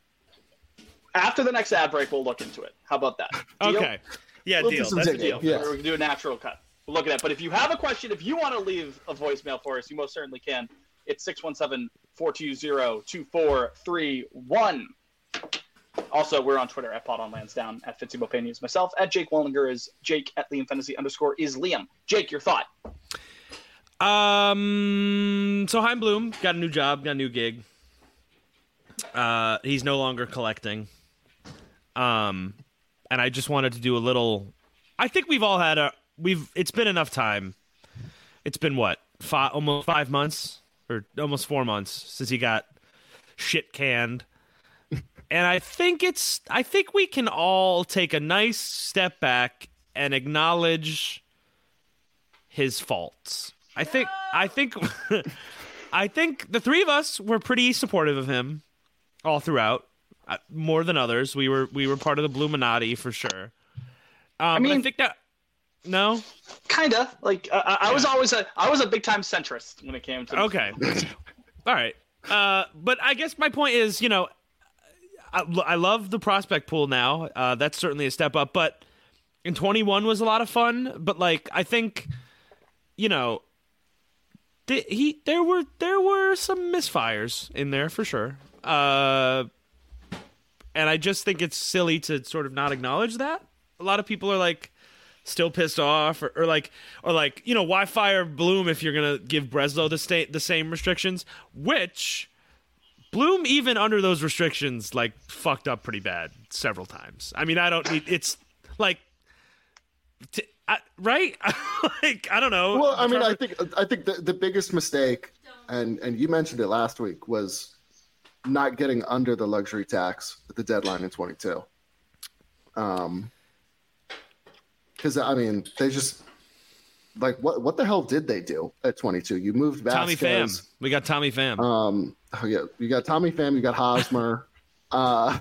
Speaker 2: After the next ad break, we'll look into it. How about that? Deal?
Speaker 3: Okay. Yeah,
Speaker 4: We'll do
Speaker 3: deal.
Speaker 4: some
Speaker 3: That's a
Speaker 4: digging.
Speaker 3: deal.
Speaker 4: Yeah.
Speaker 2: Or we can do a natural cut. We'll look at that. But if you have a question, if you want to leave a voicemail for us, you most certainly can. It's 617 420 2431. Also, we're on Twitter at Pod on Lansdowne, at Fitzy Bopanian is myself, at Jake Wallinger is Jake, at Liam Fantasy underscore is Liam. Jake, your thought.
Speaker 3: Um. So Heim Bloom got a new job, got a new gig. Uh, he's no longer collecting. Um, and I just wanted to do a little. I think we've all had a. We've. It's been enough time. It's been what five, almost five months or almost four months since he got shit canned. and I think it's. I think we can all take a nice step back and acknowledge his faults. I think I think [laughs] I think the three of us were pretty supportive of him all throughout, uh, more than others. We were we were part of the Bluminati for sure. Um, I mean, I
Speaker 2: mean-
Speaker 3: think that no,
Speaker 2: Kinda like I, I- I was always a I was a big time centrist when it came to
Speaker 3: okay, all right. Uh, but I guess my point is, you know, I, I love the prospect pool now. Uh, that's certainly a step up, but and 21 was a lot of fun. But like, I think you know, th- he there were there were some misfires in there for sure. Uh, and I just think it's silly to sort of not acknowledge that. A lot of people are like still pissed off, or, or like, or like, you know, why fire Bloom if you're gonna give Breslow the sta- the same restrictions? Which Bloom, even under those restrictions, like fucked up pretty bad several times. I mean, I don't need it's like, t- I, right? [laughs] like, I don't know.
Speaker 4: Well, I mean,
Speaker 3: Trevor-
Speaker 4: I think I think the, the biggest mistake, and and you mentioned it last week, was not getting under the luxury tax at the deadline in 22. Um, because I mean, they just like what what the hell did they do at 22? You moved
Speaker 3: Tommy
Speaker 4: Vasquez.
Speaker 3: Pham. We got Tommy Pham.
Speaker 4: Um, oh yeah, you got Tommy Pham, you
Speaker 3: [laughs]
Speaker 4: got Hosmer. uh,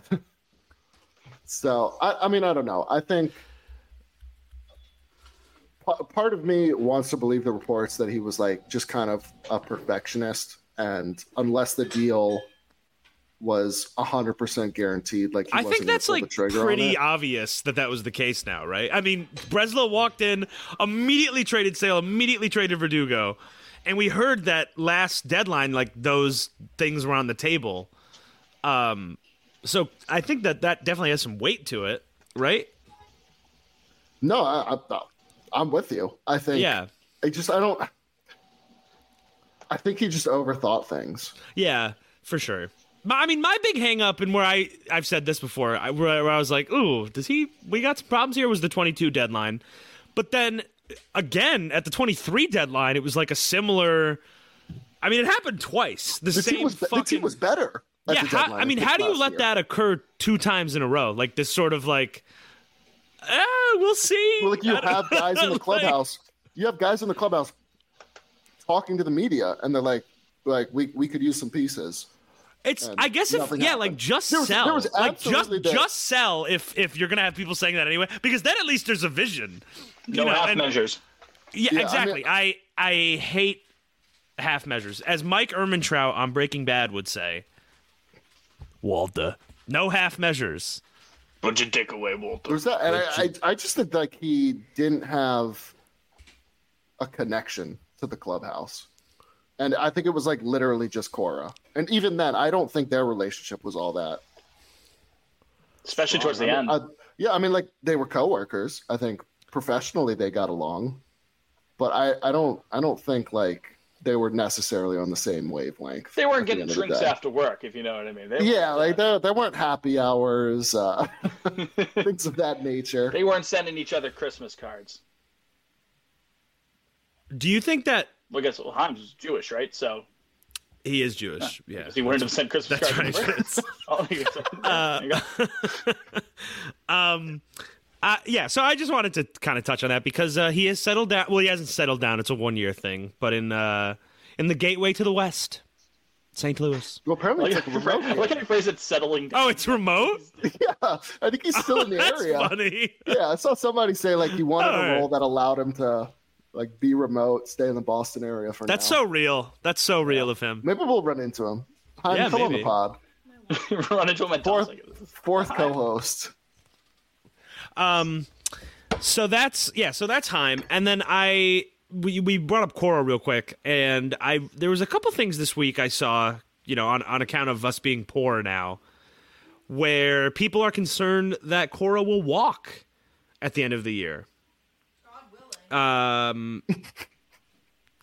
Speaker 4: so I, I mean, I don't know. I think p- part of me wants to believe the reports that he was like just kind of a perfectionist, and unless the deal was hundred percent guaranteed, like he
Speaker 3: I
Speaker 4: wasn't
Speaker 3: think
Speaker 4: gonna
Speaker 3: that's
Speaker 4: pull
Speaker 3: like
Speaker 4: the trigger on
Speaker 3: pretty
Speaker 4: it.
Speaker 3: obvious that that was the case now, right? I mean, Breslow walked in, immediately traded Sale, immediately traded Verdugo, and we heard that last deadline, like those things were on the table. Um, so I think that that definitely has some weight to it, right?
Speaker 4: No, I, I, I'm with you. I think.
Speaker 3: Yeah,
Speaker 4: I just I don't. I think he just overthought things.
Speaker 3: yeah, for sure. My, I mean, my big hang up and where I I've said this before, I, where, where I was like, "Ooh, does he? We got some problems here." Was the twenty two deadline, but then again at the twenty three deadline, it was like a similar. I mean, it happened twice. The,
Speaker 4: The
Speaker 3: same
Speaker 4: team was
Speaker 3: fucking.
Speaker 4: the team was better. at
Speaker 3: yeah,
Speaker 4: the
Speaker 3: how,
Speaker 4: deadline
Speaker 3: I mean,
Speaker 4: think
Speaker 3: how do you
Speaker 4: last
Speaker 3: let
Speaker 4: year.
Speaker 3: that occur two times in a row? Like this sort of like, ah, we'll see.
Speaker 4: Well, like you
Speaker 3: I don't-
Speaker 4: have guys in
Speaker 3: [laughs]
Speaker 4: the
Speaker 3: like-
Speaker 4: clubhouse. you have guys in the clubhouse talking to the media, and they're like, like we we could use some pieces.
Speaker 3: It's
Speaker 4: and
Speaker 3: I guess if
Speaker 4: nothing
Speaker 3: yeah,
Speaker 4: happened.
Speaker 3: like just
Speaker 4: There was- there
Speaker 3: sell,
Speaker 4: was
Speaker 3: like just
Speaker 4: absolutely that-
Speaker 3: just sell if if you're gonna have people saying that anyway, because then at least there's a vision.
Speaker 2: No
Speaker 3: know,
Speaker 2: half
Speaker 3: [laughs] and-
Speaker 2: measures.
Speaker 3: Yeah,
Speaker 4: Yeah, I
Speaker 3: exactly.
Speaker 4: mean-
Speaker 3: I, I hate half measures, as Mike Ehrmantraut on Breaking Bad would say. Walda, no half measures.
Speaker 2: Put your dick away, Walter.
Speaker 4: There's that, and I, I I just think like he didn't have a connection to the clubhouse, and I think it was like literally just Cora. And even then, I don't think their relationship was all that.
Speaker 2: Especially towards the
Speaker 4: I mean,
Speaker 2: end.
Speaker 4: I- Uh, yeah, I mean, like they were coworkers. I think professionally they got along, but I, I don't, I don't think like they were necessarily on the same wavelength.
Speaker 2: They
Speaker 4: at
Speaker 2: weren't
Speaker 4: the
Speaker 2: getting
Speaker 4: end of the
Speaker 2: drinks
Speaker 4: day.
Speaker 2: after work, if you know what I mean. They
Speaker 4: Yeah,
Speaker 2: weren't,
Speaker 4: like there, there weren't happy hours, uh, [laughs] things of that nature.
Speaker 2: they weren't sending each other Christmas cards.
Speaker 3: Do you think that
Speaker 2: Well, I guess well, Hans is Jewish, right? So
Speaker 3: he is Jewish? Yeah,
Speaker 2: he wouldn't have sent Christmas
Speaker 3: that's
Speaker 2: cards.
Speaker 3: [laughs] right.
Speaker 2: Oh, he was- there you go.
Speaker 3: um uh, yeah so i just wanted to kind of touch on that because uh, he has settled down well he hasn't settled down it's a one year thing but in uh in the gateway to the west st louis
Speaker 4: Well, apparently, it's like a remote [laughs]
Speaker 2: Look at the phrase it's settling [laughs] down.
Speaker 3: oh it's remote
Speaker 4: yeah, I think he's still in
Speaker 3: [laughs]
Speaker 4: the
Speaker 3: that's
Speaker 4: area.
Speaker 3: funny
Speaker 4: Yeah, I saw somebody say like he wanted
Speaker 3: All
Speaker 4: a
Speaker 3: right.
Speaker 4: role that allowed him to like be remote, stay in the Boston area for
Speaker 3: that's
Speaker 4: now.
Speaker 3: so real that's so real of him
Speaker 4: Maybe we'll run into him. Hi,
Speaker 3: Yeah,
Speaker 4: come on the
Speaker 3: maybe.
Speaker 4: pod.
Speaker 2: Run into him at Dom's
Speaker 4: Fourth,
Speaker 2: like,
Speaker 4: fourth co-host.
Speaker 3: um so that's yeah so that's Heim. and then i we, we brought up Cora real quick and i there was a couple things this week i saw you know on, on account of us being poor now where people are concerned that Cora will walk at the end of the year um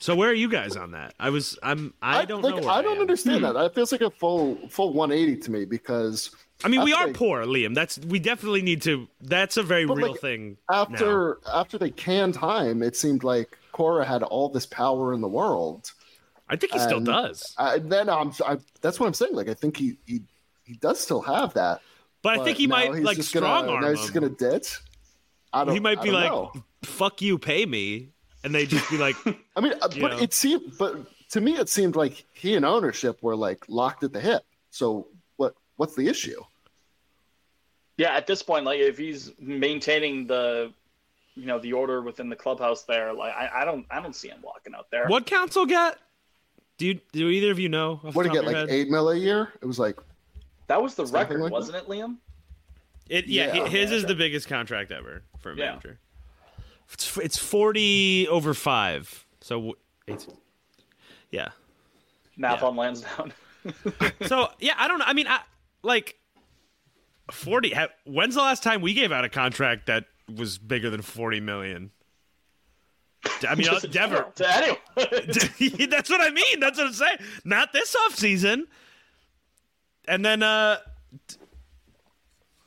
Speaker 3: so where are you guys on that i was i'm i don't
Speaker 4: like,
Speaker 3: know where
Speaker 4: I don't
Speaker 3: am.
Speaker 4: understand that. That feels like a full full 180 to me because
Speaker 3: i mean we
Speaker 4: That's
Speaker 3: are
Speaker 4: like-
Speaker 3: poor liam that's we definitely need to that's a very real
Speaker 4: like,
Speaker 3: thing now.
Speaker 4: after after they canned time, it seemed like Cora had all this power in the world.
Speaker 3: i think he still
Speaker 4: and-
Speaker 3: does
Speaker 4: I, and then I'm I, that's what I'm saying. Like I think he he, he does still have that.
Speaker 3: But, I
Speaker 4: but
Speaker 3: think he
Speaker 4: now
Speaker 3: might
Speaker 4: he's
Speaker 3: like
Speaker 4: just gonna-
Speaker 3: strong arm
Speaker 4: Now
Speaker 3: him.
Speaker 4: he's just gonna ditch. I don't.
Speaker 3: he might
Speaker 4: I
Speaker 3: be
Speaker 4: don't
Speaker 3: like,
Speaker 4: know.
Speaker 3: "Fuck you, pay me," and they just be
Speaker 4: [laughs]
Speaker 3: like,
Speaker 4: I mean, uh,
Speaker 3: you
Speaker 4: but
Speaker 3: know.
Speaker 4: it seemed, but to me, it seemed like he and ownership were like locked at the hip. So what what's the issue?
Speaker 2: Yeah, at this point, like if he's maintaining the, you know, the order within the clubhouse there, like I, I don't, I don't see him walking out there.
Speaker 3: "What council get?" Do you, do either of you know? off the
Speaker 4: What did he
Speaker 3: top
Speaker 4: get?
Speaker 3: of your
Speaker 4: Like
Speaker 3: head?
Speaker 4: eight mil a year? It was like
Speaker 2: That was the
Speaker 4: Something
Speaker 2: record,
Speaker 4: like that?
Speaker 2: wasn't it, Liam?
Speaker 3: It, yeah,
Speaker 4: Yeah.
Speaker 3: hi- his is the biggest contract ever for a
Speaker 2: Yeah.
Speaker 3: manager. It's, f- it's forty over five. So w- eighteen. Yeah.
Speaker 2: Math
Speaker 3: Yeah.
Speaker 2: on [laughs] Lansdowne.
Speaker 3: So yeah, I don't know. I mean, I like forty. ha- When's the last time we gave out a contract that was bigger than forty million? D- I mean, uh, Dever.
Speaker 2: To anyone.
Speaker 3: [laughs] that's what I mean. That's what I'm saying. Not this offseason. And then uh t-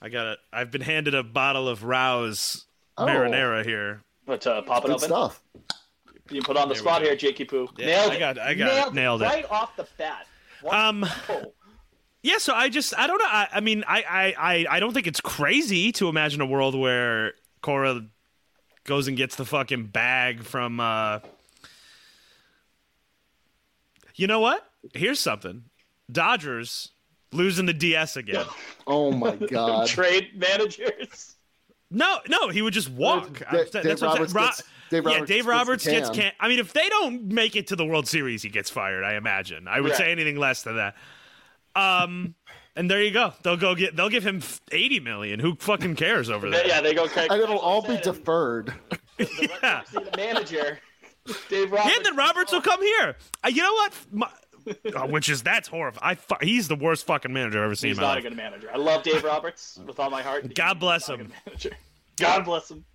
Speaker 3: I got it. I've been handed a bottle of Rouse
Speaker 4: Oh.
Speaker 3: marinara here.
Speaker 2: [laughs] but uh, pop it
Speaker 4: Good
Speaker 2: open.
Speaker 4: stuff.
Speaker 2: You put on the
Speaker 3: we
Speaker 2: spot
Speaker 3: go.
Speaker 2: here, Jakey Poo.
Speaker 3: Yeah,
Speaker 2: nailed
Speaker 3: I
Speaker 2: it.
Speaker 3: got- I got it.
Speaker 2: nailed,
Speaker 3: Nailed it.
Speaker 2: Right off the bat. One
Speaker 3: Um,
Speaker 2: pull.
Speaker 3: Yeah, so I just I don't know. I, I mean, I, I I I don't think it's crazy to imagine a world where Cora goes and gets the fucking bag from. uh You know what? Here's something: Dodgers losing the DS again. [laughs]
Speaker 4: Oh my [laughs] god.
Speaker 2: Trade managers. [laughs]
Speaker 3: No, no, he would just walk.
Speaker 4: Da-
Speaker 3: I'm sa-
Speaker 4: Dave
Speaker 3: that's what I'm
Speaker 4: Roberts
Speaker 3: saying. Ro-
Speaker 4: gets- Dave
Speaker 3: yeah,
Speaker 4: Roberts
Speaker 3: Dave
Speaker 4: gets
Speaker 3: Roberts gets
Speaker 4: canned.
Speaker 3: can. I mean, if they don't make it to the World Series, he gets fired. I imagine. I would
Speaker 2: Right.
Speaker 3: say anything less than that. Um, and there you go. They'll go get. They'll give him f- eighty million. Who fucking cares over
Speaker 2: They-
Speaker 3: there?
Speaker 2: yeah, they go. Okay,
Speaker 4: And it'll all be
Speaker 2: said,
Speaker 4: deferred.
Speaker 3: yeah.
Speaker 2: see the manager. Dave Roberts.
Speaker 3: And then Roberts will come here. Uh, you know what? My, uh, which is that's horrible. I fu- he's the worst fucking manager I've ever seen.
Speaker 2: He's
Speaker 3: in my
Speaker 2: not a
Speaker 3: life.
Speaker 2: good manager. I love Dave
Speaker 4: [laughs]
Speaker 2: Roberts with all my heart.
Speaker 3: God bless
Speaker 2: He's not a
Speaker 3: him.
Speaker 2: good manager. God bless him.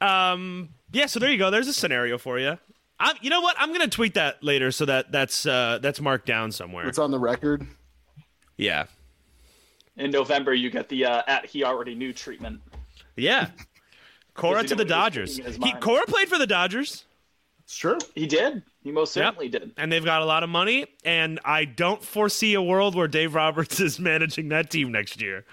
Speaker 3: Um, yeah, so there you go. There's a scenario for you. I'm, you know what? I'm gonna tweet that later so that that's uh, that's marked down somewhere.
Speaker 4: It's on the record.
Speaker 3: Yeah,
Speaker 2: In November, you get the uh, at he already knew treatment.
Speaker 4: [laughs]
Speaker 3: yeah.
Speaker 2: Does
Speaker 3: Cora
Speaker 2: he
Speaker 3: to
Speaker 2: know
Speaker 3: the
Speaker 2: what he's
Speaker 3: Dodgers.
Speaker 2: thinking in his
Speaker 3: He,
Speaker 2: mind?
Speaker 3: Cora played for the Dodgers,
Speaker 4: It's true.
Speaker 2: He did. He most
Speaker 3: Yep.
Speaker 2: certainly did.
Speaker 3: and they've got a lot of money. And I don't foresee a world where Dave Roberts [laughs] is managing that team next
Speaker 4: [laughs]
Speaker 3: year.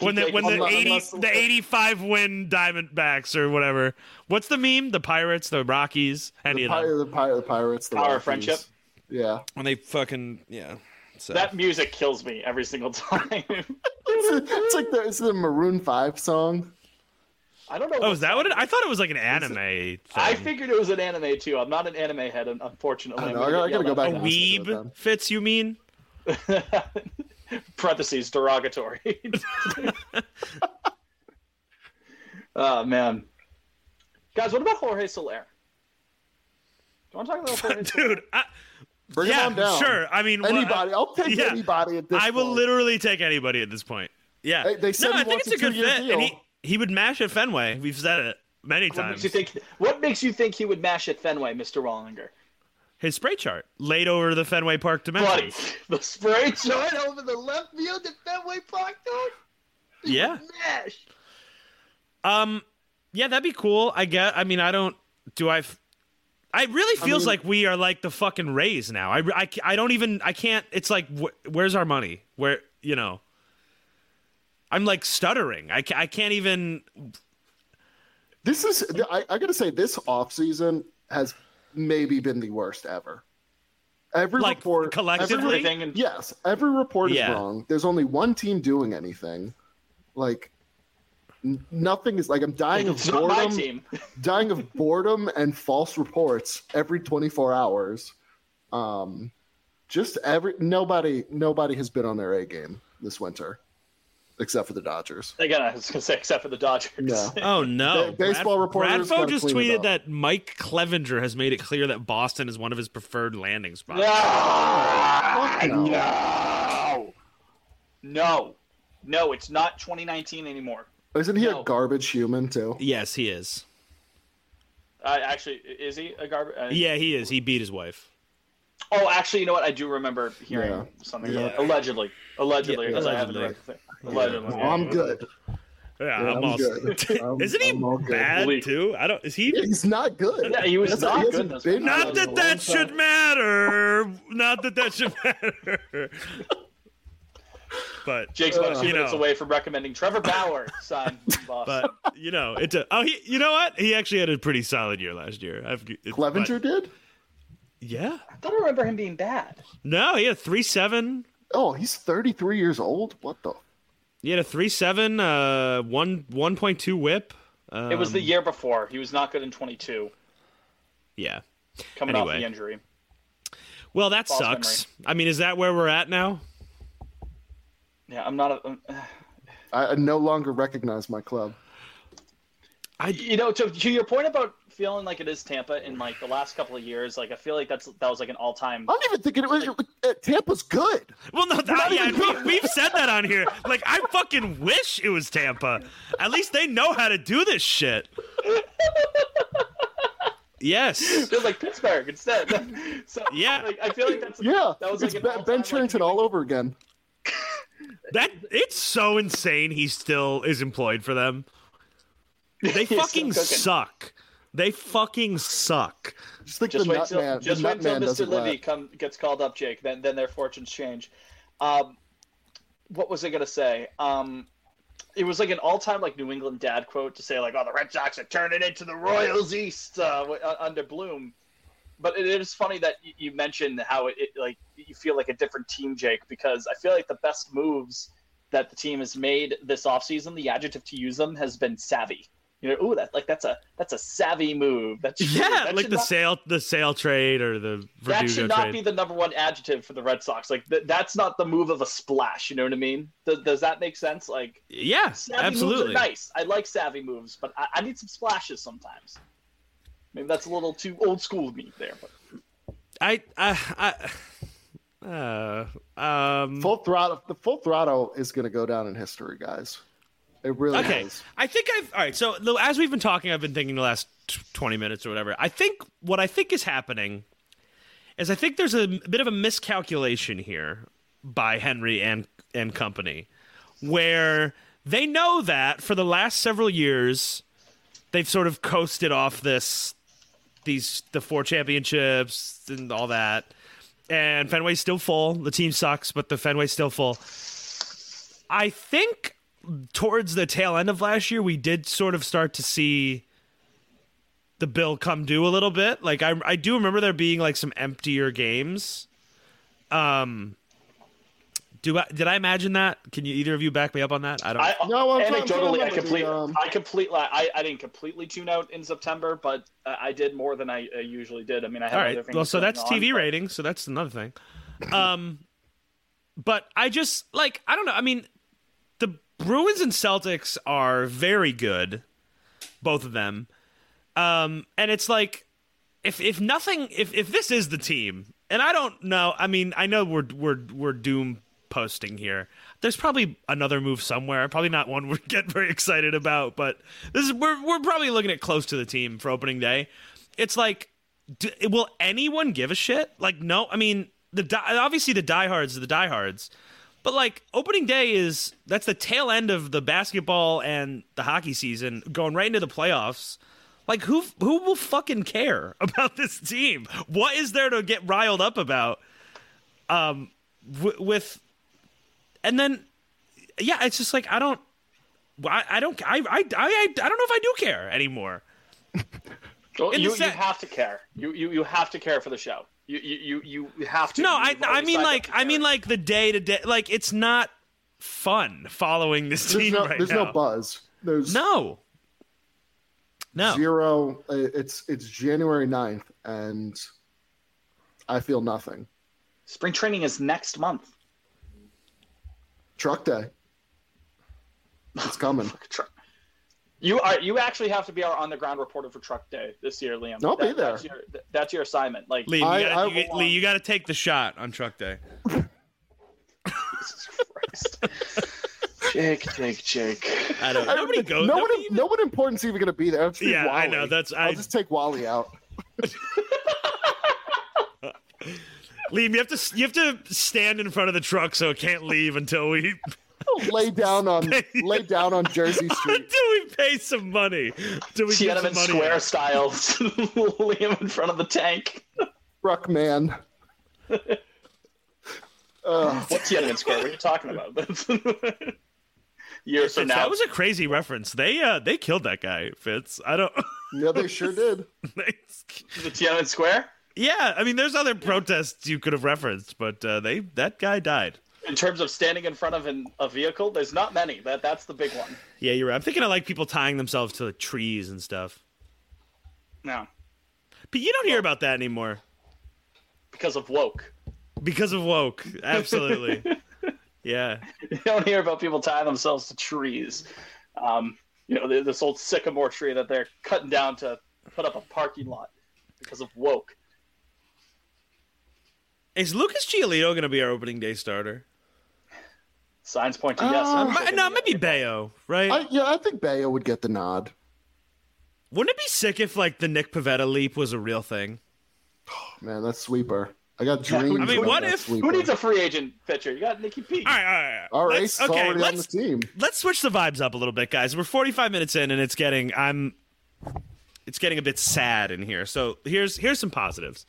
Speaker 3: When the
Speaker 2: take
Speaker 3: when the
Speaker 2: unless-
Speaker 3: eighty
Speaker 2: unless-
Speaker 3: the eighty five win Diamondbacks or whatever. What's the meme? The Pirates, the Rockies, any
Speaker 4: The,
Speaker 3: of them.
Speaker 4: Pir- the, Pir- the Pirates. The
Speaker 2: Power of
Speaker 4: Rockies.
Speaker 2: friendship.
Speaker 3: [laughs]
Speaker 4: Yeah.
Speaker 3: When they fucking yeah. So.
Speaker 2: That music kills me every single [laughs] time.
Speaker 4: It's, it's like the, it's the Maroon 5 song.
Speaker 2: I don't know.
Speaker 3: Oh, is that what it? I thought it was like an anime thing.
Speaker 2: I figured it was an anime too. I'm not an anime head, un- unfortunately.
Speaker 4: I,
Speaker 2: I'm
Speaker 4: don't know, I,
Speaker 2: gonna
Speaker 4: gotta, I
Speaker 2: get
Speaker 4: gotta go
Speaker 2: yelled
Speaker 3: a
Speaker 4: back. and listen to them.
Speaker 3: weeb fits. You mean? [laughs]
Speaker 2: at. Parentheses
Speaker 3: [laughs]
Speaker 2: derogatory. [laughs] oh man, guys, what about Jorge Soler? Do you want to talk about Jorge? Soler?
Speaker 3: Dude, I,
Speaker 4: Bring
Speaker 3: yeah,
Speaker 4: it on down.
Speaker 3: sure. I mean, what-
Speaker 4: Anybody. I'll pick
Speaker 3: yeah.
Speaker 4: anybody at this
Speaker 3: I will
Speaker 4: point.
Speaker 3: literally take anybody at this point. Yeah,
Speaker 4: They- they said
Speaker 3: no,
Speaker 4: he
Speaker 3: I think
Speaker 4: wants
Speaker 3: it's a
Speaker 4: a
Speaker 3: good
Speaker 4: two-year
Speaker 3: fit, and he
Speaker 4: deal.
Speaker 3: he would mash at Fenway. We've said it many
Speaker 2: What makes
Speaker 3: times.
Speaker 2: you think? What makes you think he would mash at Fenway, Mr. Wallinger?
Speaker 3: His spray chart laid over the Fenway Park
Speaker 2: Buddy,
Speaker 3: dimensions.
Speaker 2: [laughs] the spray joint over the left field at Fenway Park, dude.
Speaker 3: Yeah,
Speaker 2: Mash.
Speaker 3: um, yeah, that'd be cool. I get. I mean, I don't. Do I? F- I really feels
Speaker 4: mean-
Speaker 3: like we are like the fucking Rays now. I, I, ca- I don't even. I can't. It's like wh- where's our money? Where you know? I'm like stuttering. I, ca- I can't even.
Speaker 4: This is, I, I gotta say, this offseason has maybe been the worst ever. Every
Speaker 3: Like,
Speaker 4: report,
Speaker 3: collectively?
Speaker 4: every-
Speaker 2: Everything and
Speaker 4: yes, every report is
Speaker 3: Yeah.
Speaker 4: wrong. There's only one team doing anything. Like, n- nothing is like I'm dying of
Speaker 2: it's not my
Speaker 4: boredom,
Speaker 2: team.
Speaker 4: dying of boredom and false reports every 24 hours. Um, just every nobody, nobody has been on their A game this winter, except for the Dodgers.
Speaker 2: Again, I was gonna say, except for the Dodgers. [laughs]
Speaker 4: No.
Speaker 3: Oh no!
Speaker 4: Ba- baseball reporters
Speaker 3: Bradfo
Speaker 4: gotta
Speaker 3: just
Speaker 4: clean it
Speaker 3: tweeted
Speaker 4: up.
Speaker 3: that Mike Clevenger has made it clear that Boston is one of his preferred landing spots.
Speaker 2: Ah,
Speaker 4: Fuck no.
Speaker 2: No. No. No, it's not 2019 anymore.
Speaker 4: Isn't he
Speaker 2: No.
Speaker 4: a garbage human too?
Speaker 3: Yes, he is.
Speaker 2: Uh, actually, is he a garbage? Uh,
Speaker 3: Yeah, he is. He beat his wife.
Speaker 2: Oh, actually, you know what? I do remember hearing
Speaker 4: Yeah.
Speaker 2: something. about- Allegedly. Allegedly.
Speaker 3: Yeah,
Speaker 2: because I haven't read the thing. Allegedly.
Speaker 4: No, I'm good.
Speaker 3: Yeah,
Speaker 4: Yeah,
Speaker 3: I'm
Speaker 4: I'm
Speaker 3: all.
Speaker 4: good. [laughs]
Speaker 3: [laughs]
Speaker 4: I'm-
Speaker 3: Isn't he
Speaker 4: I'm all good.
Speaker 3: bad
Speaker 2: Bleak.
Speaker 3: too? I don't. Is he?
Speaker 4: He's not good.
Speaker 2: Yeah, he was not
Speaker 4: he
Speaker 2: good
Speaker 4: hasn't
Speaker 2: this one.
Speaker 3: [laughs]
Speaker 4: been
Speaker 3: Not
Speaker 4: good in
Speaker 3: that
Speaker 4: a long
Speaker 3: that should
Speaker 4: time.
Speaker 3: matter. Not that that should [laughs] matter. but
Speaker 2: Jake's about
Speaker 4: Uh,
Speaker 2: two
Speaker 3: you
Speaker 2: minutes
Speaker 3: know.
Speaker 2: away from recommending Trevor Bauer sign in Boston.
Speaker 3: [laughs] but you know it's a, oh he you know what he actually had a pretty solid year last year. I've, it's-
Speaker 4: Clevenger
Speaker 3: but-
Speaker 4: did?
Speaker 3: yeah.
Speaker 2: I don't remember him being bad.
Speaker 3: No, he had a three seven.
Speaker 4: Oh, he's 33 years old. What the?
Speaker 3: He had a three seven, uh, one one point two whip.
Speaker 2: it was the
Speaker 3: Um,
Speaker 2: year before. He was not good in 22,
Speaker 3: Yeah.
Speaker 2: coming off
Speaker 3: anyway.
Speaker 2: the injury.
Speaker 3: Well, that
Speaker 2: False
Speaker 3: sucks. I mean, is that where we're at now?
Speaker 2: Yeah, I'm not. A, um,
Speaker 4: I, I no longer recognize my club.
Speaker 2: you know, to, to your point about feeling like it is Tampa in like the last couple of years. Like I feel like that's that was like an all time.
Speaker 4: I don't even think it was. uh, Tampa's good.
Speaker 3: Well, no,
Speaker 4: We're
Speaker 3: that,
Speaker 4: not
Speaker 3: yeah,
Speaker 4: even-
Speaker 3: we, we've said that on here. Like, I fucking wish it was Tampa. At least they know how to do this shit. Yes.
Speaker 2: It was like Pittsburgh instead. [laughs] so
Speaker 3: Yeah.
Speaker 2: like, I feel like that's
Speaker 4: Yeah,
Speaker 2: That was like
Speaker 4: it's
Speaker 2: an
Speaker 4: Ben-
Speaker 2: all-time,
Speaker 4: Ben
Speaker 2: like-
Speaker 4: Charrington all over again.
Speaker 3: That it's so insane he still is employed
Speaker 2: [laughs]
Speaker 3: for them. They
Speaker 2: He's still
Speaker 3: fucking
Speaker 2: cooking.
Speaker 3: suck. They fucking suck.
Speaker 4: Just think
Speaker 2: Just
Speaker 4: the
Speaker 2: wait
Speaker 4: nut
Speaker 2: till
Speaker 4: man.
Speaker 2: just
Speaker 4: the
Speaker 2: wait
Speaker 4: nut man
Speaker 2: till Mr.
Speaker 4: doesn't
Speaker 2: Livy
Speaker 4: laugh.
Speaker 2: come gets called up, Jake. Then then their fortunes change. Um, what was I gonna say? Um, it was like an all-time like New England dad quote to say like, "Oh, the Red Sox are turning into the Royals East uh, w- uh, under Bloom." But it is funny that y- you mentioned how it, it like you feel like a different team, Jake, because I feel like the best moves that the team has made this offseason, the adjective to use them has been savvy. You know, ooh, that like that's a that's a savvy move. That's
Speaker 3: Yeah, like the
Speaker 2: not,
Speaker 3: sale the sale trade or the Verdugo
Speaker 2: that should not
Speaker 3: trade.
Speaker 2: be the number one adjective for the Red Sox. Like th- that's not the move of a splash. You know what I mean? Th- does that make sense? Like
Speaker 3: yeah,
Speaker 2: savvy
Speaker 3: absolutely.
Speaker 2: moves are nice. I like savvy moves, but I-, I need some splashes sometimes. Maybe that's a little too old school of me there. But
Speaker 3: I I I uh, um
Speaker 4: Full throttle. The full throttle is going to go down in history, guys. It really
Speaker 3: Okay,
Speaker 4: is.
Speaker 3: I think I've all right. So though, as we've been talking, I've been thinking the last t- twenty minutes or whatever. I think what I think is happening is I think there's a, m- bit of a miscalculation here by Henry and and company, where they know that for the last several years they've sort of coasted off this these the four championships and all that. And Fenway's still full. The team sucks, but the Fenway's still full. I think towards the tail end of last year, we did sort of start to see the bill come due a little bit. Like I, I do remember there being like some emptier games. Um, do I did I imagine that? Can you either of you back me up on that? I don't.
Speaker 2: I
Speaker 4: No, I'm trying- I'm trying
Speaker 2: anecdotally,
Speaker 4: to
Speaker 2: I
Speaker 4: remember the,
Speaker 2: completely,
Speaker 4: um,
Speaker 2: I completely, I, I didn't completely tune out in September, but uh, I did more than I uh, usually did. I mean, I had
Speaker 3: All
Speaker 2: other
Speaker 3: right.
Speaker 2: things
Speaker 3: Well, so
Speaker 2: going
Speaker 3: that's
Speaker 2: on,
Speaker 3: TV
Speaker 2: but-
Speaker 3: rating, so that's another thing. Um, but I just like I don't know. I mean, the Bruins and Celtics are very good, both of them. Um, and it's like if if nothing if if this is the team, and I don't know. I mean, I know we're we're we're doom posting here. There's probably another move somewhere. Probably not one [laughs] we get very excited about, but this is we're we're probably looking at close to the team for opening day. It's like, d will anyone give a shit? Like, no. I mean, the di- obviously the diehards are the diehards, but like opening day is that's the tail end of the basketball and the hockey season, going right into the playoffs. Like who who will fucking care [laughs] about this team? What is there to get riled up about? Um, w- with and then yeah, it's just like I don't, I, I don't, I, I, I, I don't know if I do care anymore.
Speaker 2: Well, Oh,
Speaker 3: in the
Speaker 2: you, you
Speaker 3: set-
Speaker 2: have to care. You, you you have to care for the show. You you you, you have to.
Speaker 3: No, I,
Speaker 2: You've
Speaker 3: I
Speaker 2: already
Speaker 3: mean
Speaker 2: signed up
Speaker 3: like,
Speaker 2: to
Speaker 3: I
Speaker 2: care.
Speaker 3: mean like the day to day, like it's not fun following this
Speaker 4: There's
Speaker 3: [laughs] team
Speaker 4: no,
Speaker 3: right
Speaker 4: there's
Speaker 3: now.
Speaker 4: no buzz. There's
Speaker 3: no, no.
Speaker 4: zero. uh, It's it's January 9th, and I feel nothing.
Speaker 2: spring training is next month.
Speaker 4: Truck day.
Speaker 3: [laughs]
Speaker 4: It's coming.
Speaker 2: Truck. You are you actually have to be our on the ground reporter for Truck Day this year, Liam.
Speaker 4: I'll be there.
Speaker 2: That's your, th- that's your assignment. Like
Speaker 3: Lee, you
Speaker 4: I-
Speaker 3: gotta,
Speaker 4: I
Speaker 3: you,
Speaker 4: will-
Speaker 3: Lee, you gotta take the shot on truck day.
Speaker 2: Jesus Christ. Jake, Jake, Jake.
Speaker 3: I don't. Nobody goes.
Speaker 4: no one,
Speaker 3: nobody even-
Speaker 4: no one important's even going to be there. I'll just take
Speaker 3: Yeah, I
Speaker 4: Wally.
Speaker 3: know, that's- I-
Speaker 4: I'll just take Wally out.
Speaker 3: [laughs] Liam, you have to you have to stand in front of the truck so it can't leave until we [laughs]
Speaker 4: lay down on lay down on Jersey
Speaker 3: until [laughs]
Speaker 4: Street.
Speaker 3: we pay some money. Until we get some
Speaker 2: Tiananmen
Speaker 3: money.
Speaker 2: Square
Speaker 3: out.
Speaker 2: style, [laughs] Liam in front of the tank.
Speaker 4: Truck man. Ugh.
Speaker 2: What Tiananmen Square? What are you talking about? [laughs] That's- Years from
Speaker 3: Fitz, that
Speaker 2: now,
Speaker 3: was a crazy reference. They uh they killed that guy, Fitz. I don't. [laughs]
Speaker 4: yeah, they sure did.
Speaker 2: the Tiananmen Square.
Speaker 3: yeah, I mean, there's other protests you could have referenced, but uh, they that guy died.
Speaker 2: in terms of standing in front of an, a vehicle, there's not many. That that's the big one.
Speaker 3: Yeah, you're right. I'm thinking of like people tying themselves to like, trees and stuff.
Speaker 2: No,
Speaker 3: But you don't hear about that anymore
Speaker 2: because of woke. [laughs]
Speaker 3: because of woke. [laughs] Absolutely. yeah.
Speaker 2: You don't hear about people tying themselves to trees. Um, you know, th- this old sycamore tree that they're cutting down to put up a parking lot because of woke.
Speaker 3: Is Lucas Giolito going to be our opening day starter?
Speaker 2: Signs point to yes. I'm
Speaker 4: Uh,
Speaker 3: Mi- [laughs]
Speaker 2: thinking
Speaker 3: no,
Speaker 2: yes.
Speaker 3: maybe Bayo, right?
Speaker 4: I, yeah, I think Bayo would get the nod.
Speaker 3: Wouldn't it be sick if like the Nick Pavetta leap was a real thing?
Speaker 4: Man, that's sweeper. I got dreams.
Speaker 3: I mean,
Speaker 4: about
Speaker 3: what
Speaker 4: that
Speaker 3: if-
Speaker 4: sweeper.
Speaker 2: Who neads a free agent pitcher? You got Nikki P.
Speaker 3: All right, all right. all
Speaker 4: Our
Speaker 3: right. Let's-
Speaker 4: ace is
Speaker 3: okay,
Speaker 4: already on the
Speaker 3: let's
Speaker 4: team.
Speaker 3: let's switch the vibes up a little bit, guys. We're 45 minutes in, and it's getting I'm it's getting a bit sad in here. So here's here's some positives.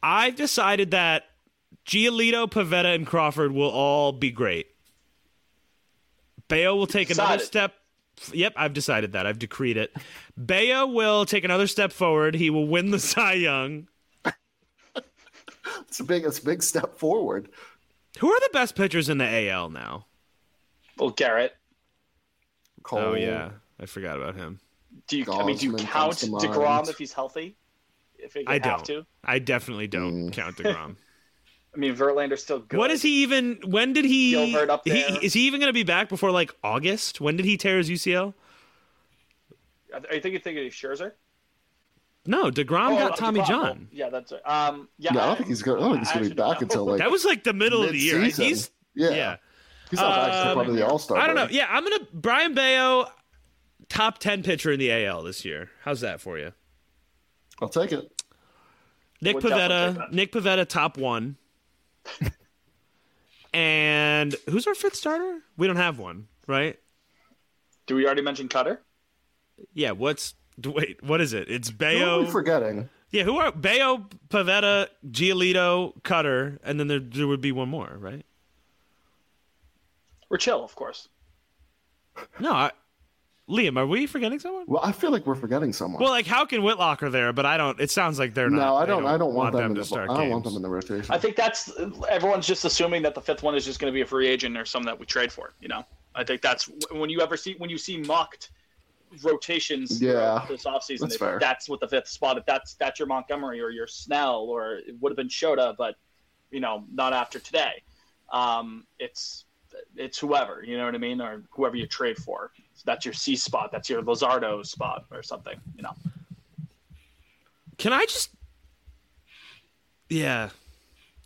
Speaker 3: I've decided that Giolito, Pavetta, and Crawford will all be great. Bayo will take another
Speaker 2: Decided.
Speaker 3: step. Yep, I've decided that. I've decreed it. Bayo will take another step forward. He will win the [laughs] Cy Young.
Speaker 4: It's a big, it's a big step forward.
Speaker 3: Who are the best pitchers in the AL now?
Speaker 2: Well, Garrett,
Speaker 4: Cole,
Speaker 3: Oh yeah, I forgot about him.
Speaker 2: do you? I mean, do you
Speaker 4: Gosman
Speaker 2: count
Speaker 4: comes to mind.
Speaker 2: Degrom if he's healthy? If you
Speaker 3: I
Speaker 2: have
Speaker 3: don't.
Speaker 2: to. Mm.
Speaker 3: I definitely don't
Speaker 2: [laughs]
Speaker 3: count Degrom.
Speaker 2: I mean, Verlander's still good.
Speaker 3: What is he even? When did he?
Speaker 2: Gilbert up
Speaker 3: he-
Speaker 2: there.
Speaker 3: is he even going to be back before like August? When did he tear his UCL?
Speaker 2: Are you thinking thinking of Scherzer?
Speaker 3: No, Degrom
Speaker 2: Oh,
Speaker 3: got Tommy
Speaker 2: DeGrom.
Speaker 3: John.
Speaker 2: Yeah, that's right. Um, yeah,
Speaker 4: No, I don't think he's gonna. I don't think he's gonna be
Speaker 2: actually
Speaker 4: back
Speaker 2: don't
Speaker 4: until
Speaker 2: know.
Speaker 4: like
Speaker 3: That was like the middle of the year.
Speaker 4: mid-season.
Speaker 3: He's
Speaker 4: yeah.
Speaker 3: yeah.
Speaker 4: He's not back until
Speaker 3: Um,
Speaker 4: probably the All Star.
Speaker 3: I don't know. Yeah, I'm gonna Brian Bayo, top ten pitcher in the AL this year. How's that for you?
Speaker 4: I'll take it.
Speaker 3: Nick
Speaker 2: Would definitely
Speaker 3: Pavetta.
Speaker 2: take that.
Speaker 3: Nick Pavetta,
Speaker 2: [laughs]
Speaker 3: top one. and who's our fifth starter? We don't have one, right?
Speaker 2: Do we already mention Cutter?
Speaker 3: Yeah. What's wait? What is it? It's
Speaker 4: Who
Speaker 3: Bayo.
Speaker 4: are we forgetting?
Speaker 3: Yeah, who are Bayo, Pavetta, Giolito, Cutter, and then there, there would be one more, right?
Speaker 2: We're chill, of course.
Speaker 3: No, I, Liam, are we forgetting someone?
Speaker 4: Well, I feel like we're forgetting someone.
Speaker 3: Well, like Hauck and Whitlock are there, but I don't. It sounds like they're not.
Speaker 4: no, I
Speaker 3: they
Speaker 4: don't. I don't want, them. in
Speaker 3: to
Speaker 4: the,
Speaker 3: start.
Speaker 4: I don't want
Speaker 3: games.
Speaker 4: them in the rotation.
Speaker 2: I think that's everyone's just assuming that the fifth one is just going to be a free agent or some that we trade for. You know, I think that's when you ever see when you see mocked rotations
Speaker 4: Yeah,
Speaker 2: throughout this offseason.
Speaker 4: that's
Speaker 2: they-
Speaker 4: fair.
Speaker 2: that's what the fifth spot. If that's that's your Montgomery or your Snell or it would have been Shota, but you know, not after today. Um, it's it's whoever you know what I mean, or whoever you trade for. that's your C spot. That's your Lazardo spot or something. You know.
Speaker 3: Can I just? Yeah.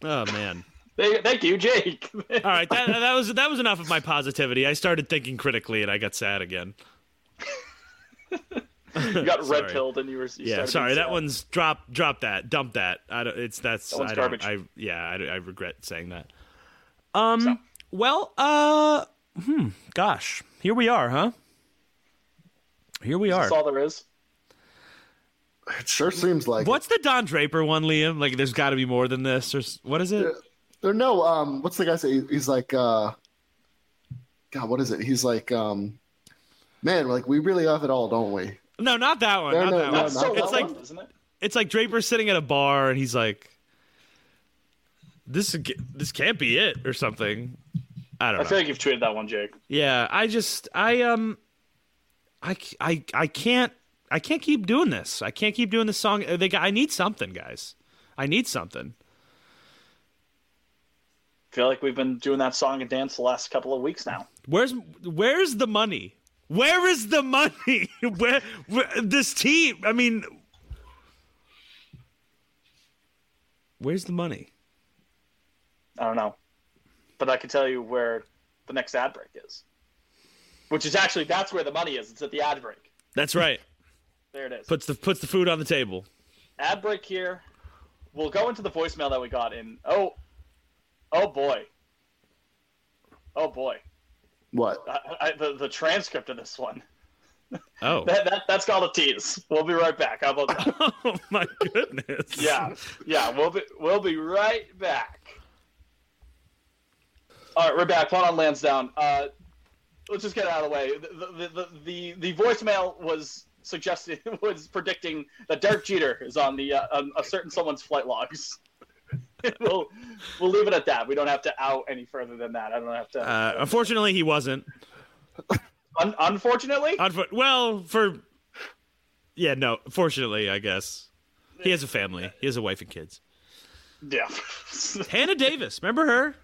Speaker 3: Oh man.
Speaker 2: They, thank you, Jake. [laughs]
Speaker 3: All right, that, that was that was enough of my positivity. I started thinking critically, and I got sad again.
Speaker 2: you got
Speaker 3: Sorry.
Speaker 2: red pilled and you were. You
Speaker 3: Yeah,
Speaker 2: started
Speaker 3: sorry.
Speaker 2: being
Speaker 3: That
Speaker 2: sad.
Speaker 3: one's drop, drop that, dump that. I don't. It's that's.
Speaker 2: That one's
Speaker 3: I don't-
Speaker 2: garbage.
Speaker 3: I yeah. I, I regret saying that. Um.
Speaker 2: So.
Speaker 3: Well. Uh. Hmm. Gosh. Here we are, huh? Here we are.
Speaker 2: That's all there is.
Speaker 4: it sure seems like
Speaker 3: What's the Don Draper one, Liam? Like, there's got to be more than this, or s- what is it?
Speaker 4: There no um what's the guy say? He's like uh God, what is it? He's like um man, like we really have it all, don't we?
Speaker 3: No, not that one.
Speaker 4: No,
Speaker 3: not
Speaker 4: no,
Speaker 3: that
Speaker 4: no,
Speaker 3: one.
Speaker 4: not that
Speaker 3: it's like
Speaker 4: one.
Speaker 2: isn't it?
Speaker 3: it's like Draper sitting at a bar, and he's like, "This is g- this can't be it," or something. I don't
Speaker 2: I
Speaker 3: know.
Speaker 2: feel like you've tweeted that one, Jake.
Speaker 3: Yeah, I just I um I c- I I can't I can't keep doing this. I can't keep doing this song. Uh, They, got- I need something, guys. I need something.
Speaker 2: I feel like we've been doing that song and dance the last couple of weeks now.
Speaker 3: Where's where's the money? Where is the money? [laughs] Where, where this team? I mean, where's the money?
Speaker 2: I don't know, but I can tell you where the next ad break is, which is actually that's where the money is. It's at the ad break.
Speaker 3: That's right.
Speaker 2: There it is.
Speaker 3: Puts the puts the food on the table.
Speaker 2: ad break here. We'll go into the voicemail that we got in. Oh, oh boy. Oh boy.
Speaker 4: What?
Speaker 2: I, I, the the transcript of this one.
Speaker 3: Oh,
Speaker 2: That, that that's called a tease. We'll be right back. How about that?
Speaker 3: [laughs] oh my goodness.
Speaker 2: yeah, yeah. We'll be we'll be right back. All right, we're back. Plot on Lansdowne. Uh, let's just get it out of the way. The the, the, the, the voicemail was suggesting [laughs] was predicting that Derek Jeter is on the uh, on a certain someone's flight logs. [laughs] we'll we'll leave it at that. We don't have to out any further than that. I don't have to.
Speaker 3: Uh, unfortunately, he wasn't.
Speaker 2: Un- unfortunately,
Speaker 3: Unfor- well, for yeah, no. Fortunately, I guess he has a family. He has a wife and kids.
Speaker 2: yeah. [laughs]
Speaker 3: Hannah Davis, remember her?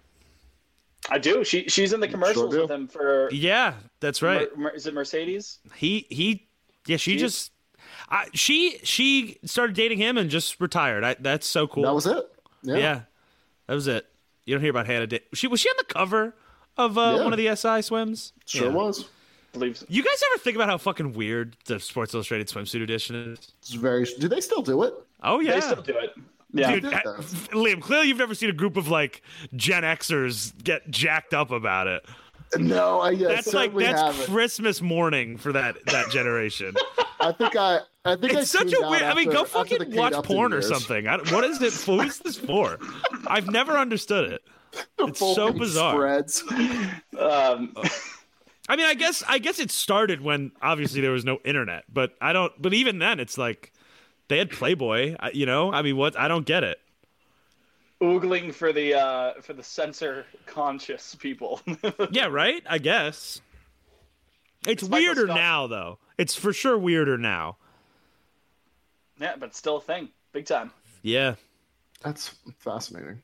Speaker 2: I do. She she's in the commercials
Speaker 4: do.
Speaker 2: with him for
Speaker 3: Yeah, that's right.
Speaker 2: Mer- Mer- is it Mercedes?
Speaker 3: He he. Yeah, she
Speaker 2: She-
Speaker 3: just I, she she started dating him and just retired. I, that's so cool.
Speaker 4: That was it. Yeah.
Speaker 3: yeah. that was it. You don't hear about Hannah. Da- she was she on the cover of uh,
Speaker 4: Yeah.
Speaker 3: one of the SI swims.
Speaker 4: Sure
Speaker 3: Yeah.
Speaker 4: was.
Speaker 2: Believes
Speaker 3: You guys ever think about how fucking weird the Sports Illustrated swimsuit edition is?
Speaker 4: It's very. Do they still do it?
Speaker 3: Oh yeah,
Speaker 2: they still do it. Yeah,
Speaker 3: Dude, I- Liam, clearly you've never seen a group of like Gen Xers get jacked up about it.
Speaker 4: No, I yeah,
Speaker 3: That's like
Speaker 4: certainly
Speaker 3: that's
Speaker 4: haven't.
Speaker 3: Christmas morning for that that
Speaker 4: [laughs]
Speaker 3: generation.
Speaker 4: I think I. I think I
Speaker 3: it's such
Speaker 4: tuned
Speaker 3: a
Speaker 4: out
Speaker 3: weird. I mean,
Speaker 4: after-
Speaker 3: go
Speaker 4: after the
Speaker 3: fucking
Speaker 4: Kate
Speaker 3: watch
Speaker 4: Upton
Speaker 3: porn
Speaker 4: years.
Speaker 3: or something. I, don't- what is it? for? What's this for? I've never understood it.
Speaker 4: [laughs] The
Speaker 3: It's
Speaker 4: full
Speaker 3: so
Speaker 4: page
Speaker 3: bizarre.
Speaker 4: Spreads.
Speaker 2: um,
Speaker 3: I mean, I guess I guess it started when obviously there was no internet, but I don't. But even then, it's like they had Playboy. I- You know, I mean, what? I don't get it.
Speaker 2: oogling for the uh, for the censor conscious people. [laughs]
Speaker 3: Yeah, right. I guess it's,
Speaker 2: Michael
Speaker 3: weirder
Speaker 2: Scott.
Speaker 3: now, though. It's for sure weirder now.
Speaker 2: yeah, but still a thing, big time.
Speaker 3: Yeah,
Speaker 4: That's fascinating.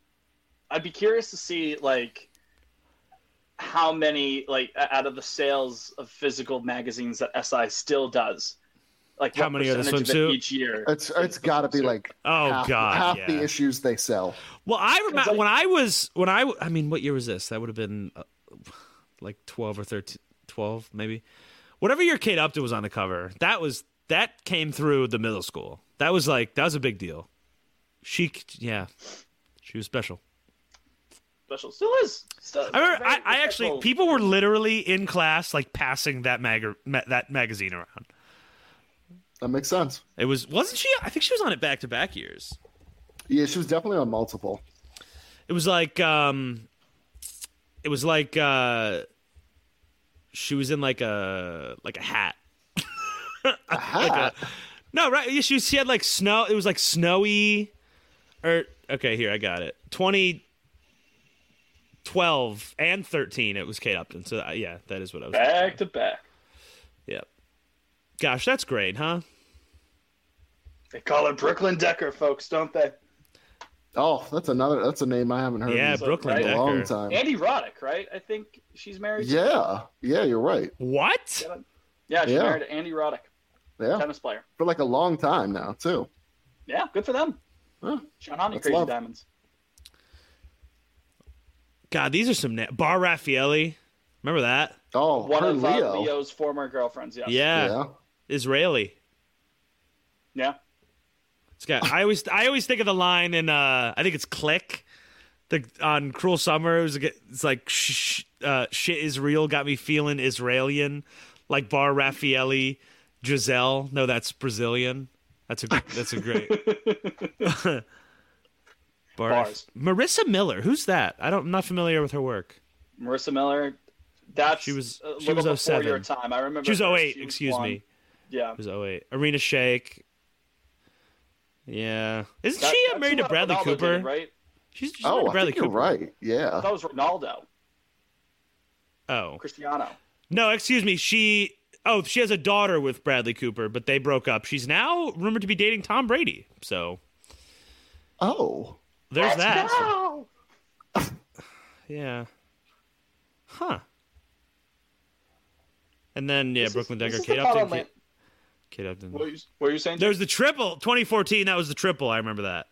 Speaker 2: I'd be curious to see like how many like o- out of the sales of physical magazines that SI still does. Like
Speaker 3: How
Speaker 2: what
Speaker 3: many are the
Speaker 2: percentage of it
Speaker 3: swimsuit?
Speaker 2: each year?
Speaker 4: It's it's got to be like
Speaker 3: Oh,
Speaker 4: half,
Speaker 3: God,
Speaker 4: half
Speaker 3: yeah.
Speaker 4: the issues they sell.
Speaker 3: Well, I remember
Speaker 2: like-
Speaker 3: when I was when I w- I mean, what year was this? That would have been uh, like 12 or 13 12 maybe. Whatever year Kate Upton was on the cover. That was that came through the middle school. That was like that was a big deal. She c- yeah. She was special.
Speaker 2: Special still is. Still,
Speaker 3: I remember I,
Speaker 2: very
Speaker 3: I actually
Speaker 2: respectful.
Speaker 3: people were literally in class like passing that mag- ma- that magazine around.
Speaker 4: That makes sense.
Speaker 3: It was wasn't she I think she was on it back to back years.
Speaker 4: Yeah, she was definitely on multiple.
Speaker 3: It was like um it was like uh she was in like a like a hat. [laughs]
Speaker 4: Hat.
Speaker 3: No, right. yeah, She she had like snow. It was like snowy or okay, here I got it. 2012 and 13 it was Kate Upton. So uh, yeah, that is what I was.
Speaker 2: back to back.
Speaker 3: Yeah. Gosh, that's great, huh?
Speaker 2: They call her Brooklyn Decker, folks, don't they?
Speaker 4: oh, that's another. That's a name I haven't heard.
Speaker 3: Yeah,
Speaker 4: in
Speaker 3: Brooklyn
Speaker 4: a
Speaker 3: Decker.
Speaker 4: long time.
Speaker 2: Andy Roddick, right? I think she's married. to-
Speaker 4: Yeah, yeah, you're right.
Speaker 3: What?
Speaker 2: yeah, she's
Speaker 4: Yeah.
Speaker 2: married to Andy Roddick,
Speaker 4: Yeah,
Speaker 2: tennis player.
Speaker 4: for like a long time now too.
Speaker 2: Yeah, good for them.
Speaker 4: Huh.
Speaker 2: Sean Honey,
Speaker 4: That's
Speaker 2: Crazy
Speaker 4: love.
Speaker 2: Diamonds.
Speaker 3: God, these are some na- Bar Raffaelli. Remember that?
Speaker 4: Oh,
Speaker 2: One
Speaker 4: her
Speaker 2: of uh,
Speaker 4: Leo.
Speaker 2: Leo's former girlfriends. Yeah.
Speaker 3: Yeah.
Speaker 4: Yeah,
Speaker 3: Israeli.
Speaker 2: Yeah.
Speaker 3: It's got I always I always think of the line in uh I think it's Click. The, on Cruel Summer, it was, like- it's like sh- sh- uh, shit is real, got me feeling Israelian, like Bar Raffaelli, Giselle. No, that's Brazilian. That's a gr- that's a great [laughs] Bar
Speaker 2: Bars.
Speaker 3: Marissa Miller, who's that? I don't, I'm not familiar with her work.
Speaker 2: Marissa Miller. That's
Speaker 3: She was-
Speaker 2: a
Speaker 3: she
Speaker 2: little
Speaker 3: was
Speaker 2: before
Speaker 3: 07.
Speaker 2: your time. I remember
Speaker 3: She was
Speaker 2: her.
Speaker 3: 08,
Speaker 2: She was
Speaker 3: excuse
Speaker 2: blonde.
Speaker 3: me.
Speaker 2: Yeah.
Speaker 3: It was 08. Arena Shake. Yeah, isn't
Speaker 2: That-
Speaker 3: she uh,
Speaker 2: that's
Speaker 3: married
Speaker 2: who
Speaker 3: to Bradley
Speaker 2: Ronaldo
Speaker 3: Cooper?
Speaker 2: Did, right?
Speaker 3: She's, she's married
Speaker 4: Oh,
Speaker 3: to
Speaker 4: I
Speaker 3: Bradley
Speaker 4: think you're
Speaker 3: Cooper.
Speaker 4: right. Yeah.
Speaker 2: That was Ronaldo,
Speaker 3: Oh,
Speaker 2: Cristiano.
Speaker 3: No, excuse me. She oh, she has a daughter with Bradley Cooper, but they broke up. She's now rumored to be dating Tom Brady. So
Speaker 4: Oh,
Speaker 3: there's that.
Speaker 2: No!
Speaker 3: Yeah. Huh. And then yeah,
Speaker 2: This is-
Speaker 3: Brooklyn
Speaker 2: this
Speaker 3: Decker,
Speaker 2: is
Speaker 3: Kate
Speaker 2: the bottom
Speaker 3: Upton,
Speaker 2: line.
Speaker 3: Kate, Kate Upton.
Speaker 2: What were you, what were you saying?
Speaker 3: There's the triple 2014. That was the triple. I remember that.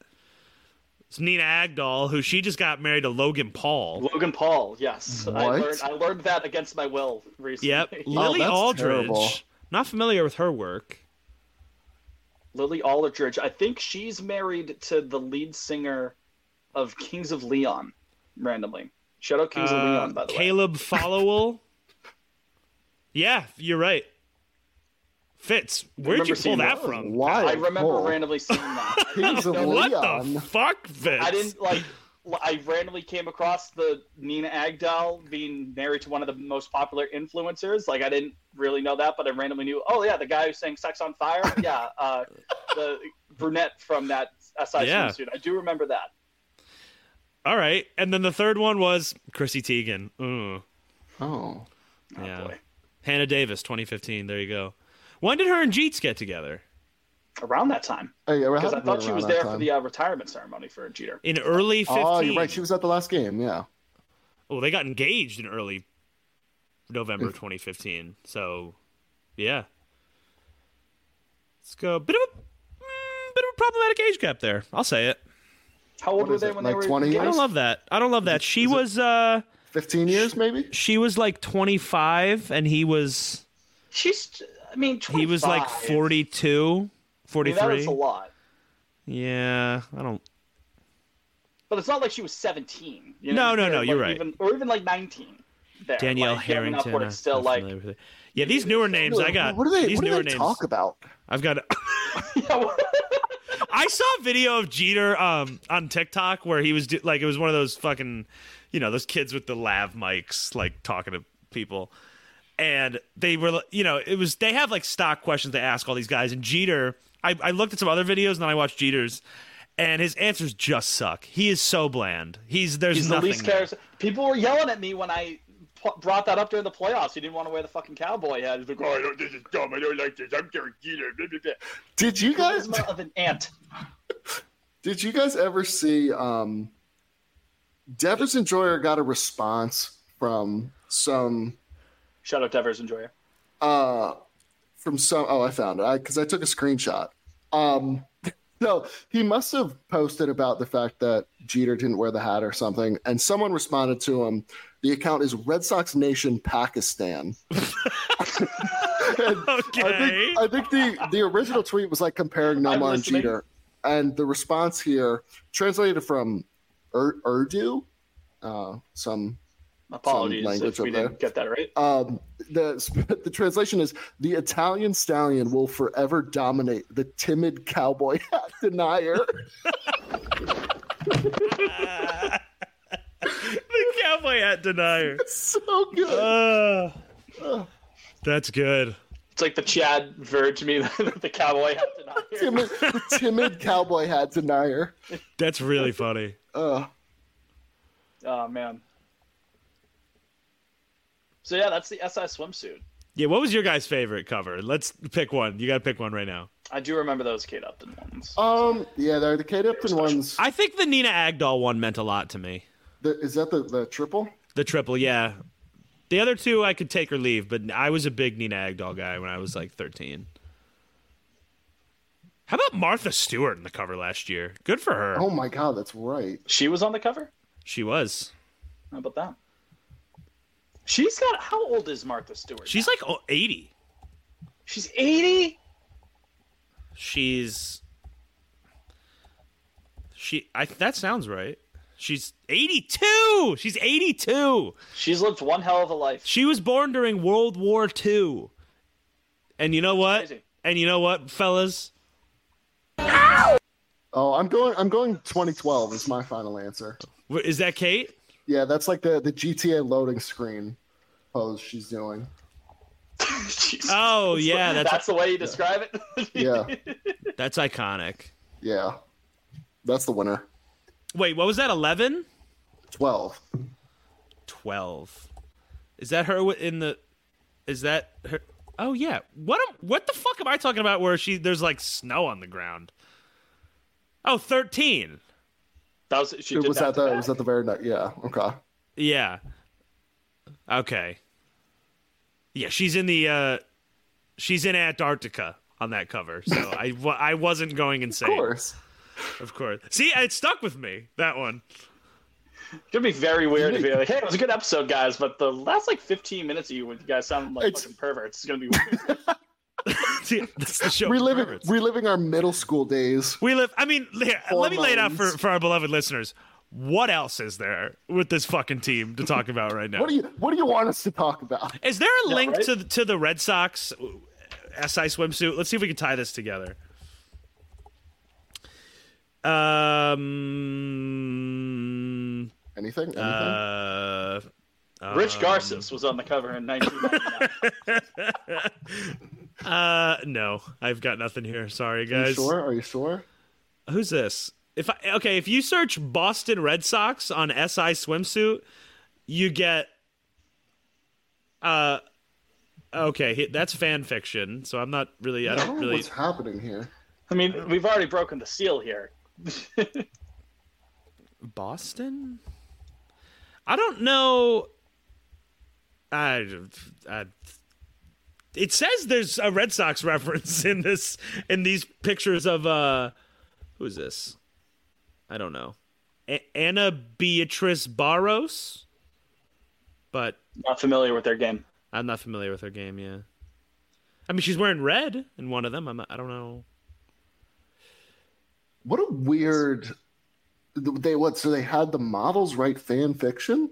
Speaker 3: It's Nina Agdal, who she just got married to Logan Paul.
Speaker 2: Logan Paul. Yes, I
Speaker 4: What?
Speaker 2: learned. I learned that against my will recently. [laughs]
Speaker 3: Yep, Lily
Speaker 4: that's
Speaker 3: Aldridge.
Speaker 4: terrible.
Speaker 3: Not familiar with her work.
Speaker 2: Lily Aldridge. I think she's married to the lead singer of Kings of Leon. Randomly, shout out Kings of
Speaker 3: Uh,
Speaker 2: Leon. By the way,
Speaker 3: Caleb Followell. yeah, you're right. Fitz, where'd
Speaker 2: remember
Speaker 3: you pull
Speaker 2: seeing
Speaker 3: that
Speaker 2: that.
Speaker 3: from?
Speaker 4: why?
Speaker 2: I remember randomly seeing
Speaker 3: [laughs]
Speaker 2: that.
Speaker 4: Kings of
Speaker 3: What
Speaker 4: Leon.
Speaker 3: the fuck, Fitz?
Speaker 2: I didn't like. l- I randomly came across the Nina Agdal being married to one of the most popular influencers. Like I didn't really know that, but I randomly knew. Oh yeah, the guy who sang "Sex on
Speaker 3: [laughs]
Speaker 2: Fire." Yeah, uh, the brunette from that SI
Speaker 3: Yeah.
Speaker 2: swimsuit. I do remember that.
Speaker 3: All right, and then the third one was Chrissy Teigen. Ooh,
Speaker 2: Oh,
Speaker 4: oh,
Speaker 3: yeah,
Speaker 2: boy.
Speaker 3: Hannah Davis, 2015. There you go. When did her and Jeets get together?
Speaker 2: Around that time,
Speaker 4: Hey, yeah,
Speaker 2: because I thought she was there for the uh, retirement ceremony for Jeter.
Speaker 3: In early 15.
Speaker 4: Oh, you're right. She was at the last game. Yeah.
Speaker 3: Oh, they got engaged in early November 2015. So, yeah. Let's go. Bit of a mm, bit of a problematic age gap there. I'll say it.
Speaker 2: How old
Speaker 4: What
Speaker 2: were
Speaker 4: is
Speaker 2: they
Speaker 4: it,
Speaker 2: when
Speaker 4: like
Speaker 2: they were
Speaker 4: 20?
Speaker 3: I
Speaker 2: engaged?
Speaker 3: don't love that. I don't love that. She was uh
Speaker 4: 15 years, maybe?
Speaker 3: she was like 25 and he was
Speaker 2: She's, I mean, 25.
Speaker 3: he was like 42,
Speaker 2: I mean, that was
Speaker 3: 43.
Speaker 2: a lot.
Speaker 3: yeah, I don't
Speaker 2: But it's not like she was 17. you
Speaker 3: No,
Speaker 2: know,
Speaker 3: no, no,
Speaker 2: like
Speaker 3: you're right.
Speaker 2: Even, or even like 19. There.
Speaker 3: Danielle
Speaker 2: like, going
Speaker 3: Harrington.
Speaker 2: Upward,
Speaker 3: I'm
Speaker 2: it's still
Speaker 3: not
Speaker 2: like, [laughs]
Speaker 3: familiar with it. Yeah, these newer names I got.
Speaker 4: What do they,
Speaker 3: these
Speaker 4: what do
Speaker 3: newer
Speaker 4: they
Speaker 3: names.
Speaker 4: talk about?
Speaker 3: I've got. I saw a video of Jeter um, on TikTok where he was do- like, it was one of those fucking, you know, those kids with the lav mics, like talking to people. And they were, li- you know, it was, they have like stock questions they ask all these guys. And Jeter, I, I looked at some other videos and then I watched Jeter's, and his answers just suck. He is so bland. He's, there's
Speaker 2: He's the
Speaker 3: nothing.
Speaker 2: least
Speaker 3: there. [laughs]
Speaker 2: charismatic. People were yelling at me when I p- brought that up during the playoffs. He didn't want to wear the fucking cowboy hat. He's like, oh, I don't, this is dumb. I don't like this. I'm Derek Jeter. Blah, blah, blah.
Speaker 4: Did you guys
Speaker 2: Charisma of an ant.
Speaker 4: did you guys ever see um Devers and Joyer got a response from some
Speaker 2: Shout out Devers and Joyer.
Speaker 4: uh from some oh I found it. I cuz I took a screenshot. Um [laughs] no, he must have posted about the fact that Jeter didn't wear the hat or something and someone responded to him. The account is Red Sox Nation Pakistan. [laughs] And
Speaker 3: Okay.
Speaker 4: I think I think the the original tweet was like comparing
Speaker 2: I'm
Speaker 4: Nomar and
Speaker 2: listening.
Speaker 4: Jeter, and the response here translated from Ur- Urdu, uh, some
Speaker 2: Apologies if
Speaker 4: language
Speaker 2: we
Speaker 4: up there.
Speaker 2: didn't get that right.
Speaker 4: um, the [laughs] the translation is the Italian stallion will forever dominate the timid cowboy [laughs] hat denier.
Speaker 3: the cowboy hat
Speaker 4: [laughs]
Speaker 3: denier.
Speaker 4: so good.
Speaker 3: Uh, that's good.
Speaker 2: It's like the Chad Verge me, [laughs] the cowboy hat
Speaker 4: [laughs]
Speaker 2: denier.
Speaker 4: Timid, the timid cowboy hat denier.
Speaker 3: That's really funny.
Speaker 4: Uh,
Speaker 2: Oh, man. So, yeah, that's the SI swimsuit.
Speaker 3: Yeah, what was your guy's favorite cover? Let's pick one. You got to pick one right now.
Speaker 2: I do remember those Kate Upton ones.
Speaker 4: um, yeah, they're the Kate Upton ones.
Speaker 3: I think the Nina Agdal one meant a lot to me.
Speaker 4: The, is that the, the triple?
Speaker 3: The triple, yeah. The other two I could take or leave, but I was a big Nina Agdal guy when I was like 13. How about Martha Stewart in the cover last year? Good for her.
Speaker 4: Oh my god, that's right.
Speaker 2: She was on the cover?
Speaker 3: She was.
Speaker 2: How about that? She's got, how old is Martha Stewart?
Speaker 3: She's like oh, 80.
Speaker 2: She's 80?
Speaker 3: She's She I that sounds right. She's 82. She's 82.
Speaker 2: She's lived one hell of a life.
Speaker 3: She was born during World War II. And you know what?
Speaker 2: Crazy.
Speaker 3: And you know what, fellas?
Speaker 4: Oh, I'm going. I'm going. 2012 is my final answer.
Speaker 3: Wh- Is that Kate?
Speaker 4: Yeah, that's like the the GTA loading screen pose she's doing.
Speaker 2: She's-
Speaker 3: Oh yeah,
Speaker 2: that's,
Speaker 3: that's
Speaker 2: the way you describe it. [laughs]
Speaker 4: Yeah,
Speaker 3: that's iconic.
Speaker 4: yeah, that's the winner.
Speaker 3: Wait, what was that? 11?
Speaker 4: 12.
Speaker 3: 12. Is that her wi- in the Is that her Oh yeah. What am, what the fuck am I talking about where she there's like snow on the ground? Oh, 13.
Speaker 2: that was she did
Speaker 4: was
Speaker 2: that.
Speaker 4: that
Speaker 2: to
Speaker 4: the
Speaker 2: back.
Speaker 4: was that the very night? Yeah. Okay.
Speaker 3: Yeah. Okay. Yeah, she's in the uh she's in Antarctica on that cover.
Speaker 4: [laughs]
Speaker 3: So I wa- I wasn't going
Speaker 4: Of
Speaker 3: insane.
Speaker 4: course.
Speaker 3: Of course. See, it stuck with me that one. [laughs]
Speaker 2: It'd be very weird to be like, "Hey, it was a good episode, guys," but the last like 15 minutes of you, you guys sound like
Speaker 4: It's-
Speaker 2: fucking perverts. It's gonna
Speaker 3: [laughs]
Speaker 2: be weird.
Speaker 3: See, that's the show. for
Speaker 4: Reliving
Speaker 3: perverts.
Speaker 4: reliving our middle school days.
Speaker 3: We live. I mean, here, let me lay it out for,
Speaker 4: Hormones.
Speaker 3: for our beloved listeners. What else is there with this fucking team to talk about right now?
Speaker 4: What do you What do you want us to talk about?
Speaker 3: is there a link
Speaker 2: right?
Speaker 3: to the, to the Red Sox uh, SI swimsuit? Let's see if we can tie this together. Um.
Speaker 4: Anything? Anything?
Speaker 3: Uh.
Speaker 2: Rich
Speaker 3: Um,
Speaker 2: Garces was on the cover in
Speaker 3: [laughs]
Speaker 2: 1999.
Speaker 3: Uh. No, I've got nothing here. Sorry,
Speaker 4: Are you
Speaker 3: guys.
Speaker 4: sure? Are you sure?
Speaker 3: Who's this? If I, okay, if you search Boston Red Sox on SI swimsuit, you get uh okay, he- that's fan fiction, so I'm not really I
Speaker 4: I
Speaker 3: don't
Speaker 4: don't know
Speaker 3: really
Speaker 4: what's happening here.
Speaker 2: I mean, we've already broken the seal here.
Speaker 3: Boston? I don't know I I It says there's a Red Sox [laughs] reference in this in these pictures of uh who's this? I don't know. A- Anna Beatrice Barros, but
Speaker 2: Not familiar with their game.
Speaker 3: I'm not familiar with her game. Yeah, I mean she's wearing red in one of them. I'm, I don't know.
Speaker 4: What a weird. They what? So they had the models write fan fiction.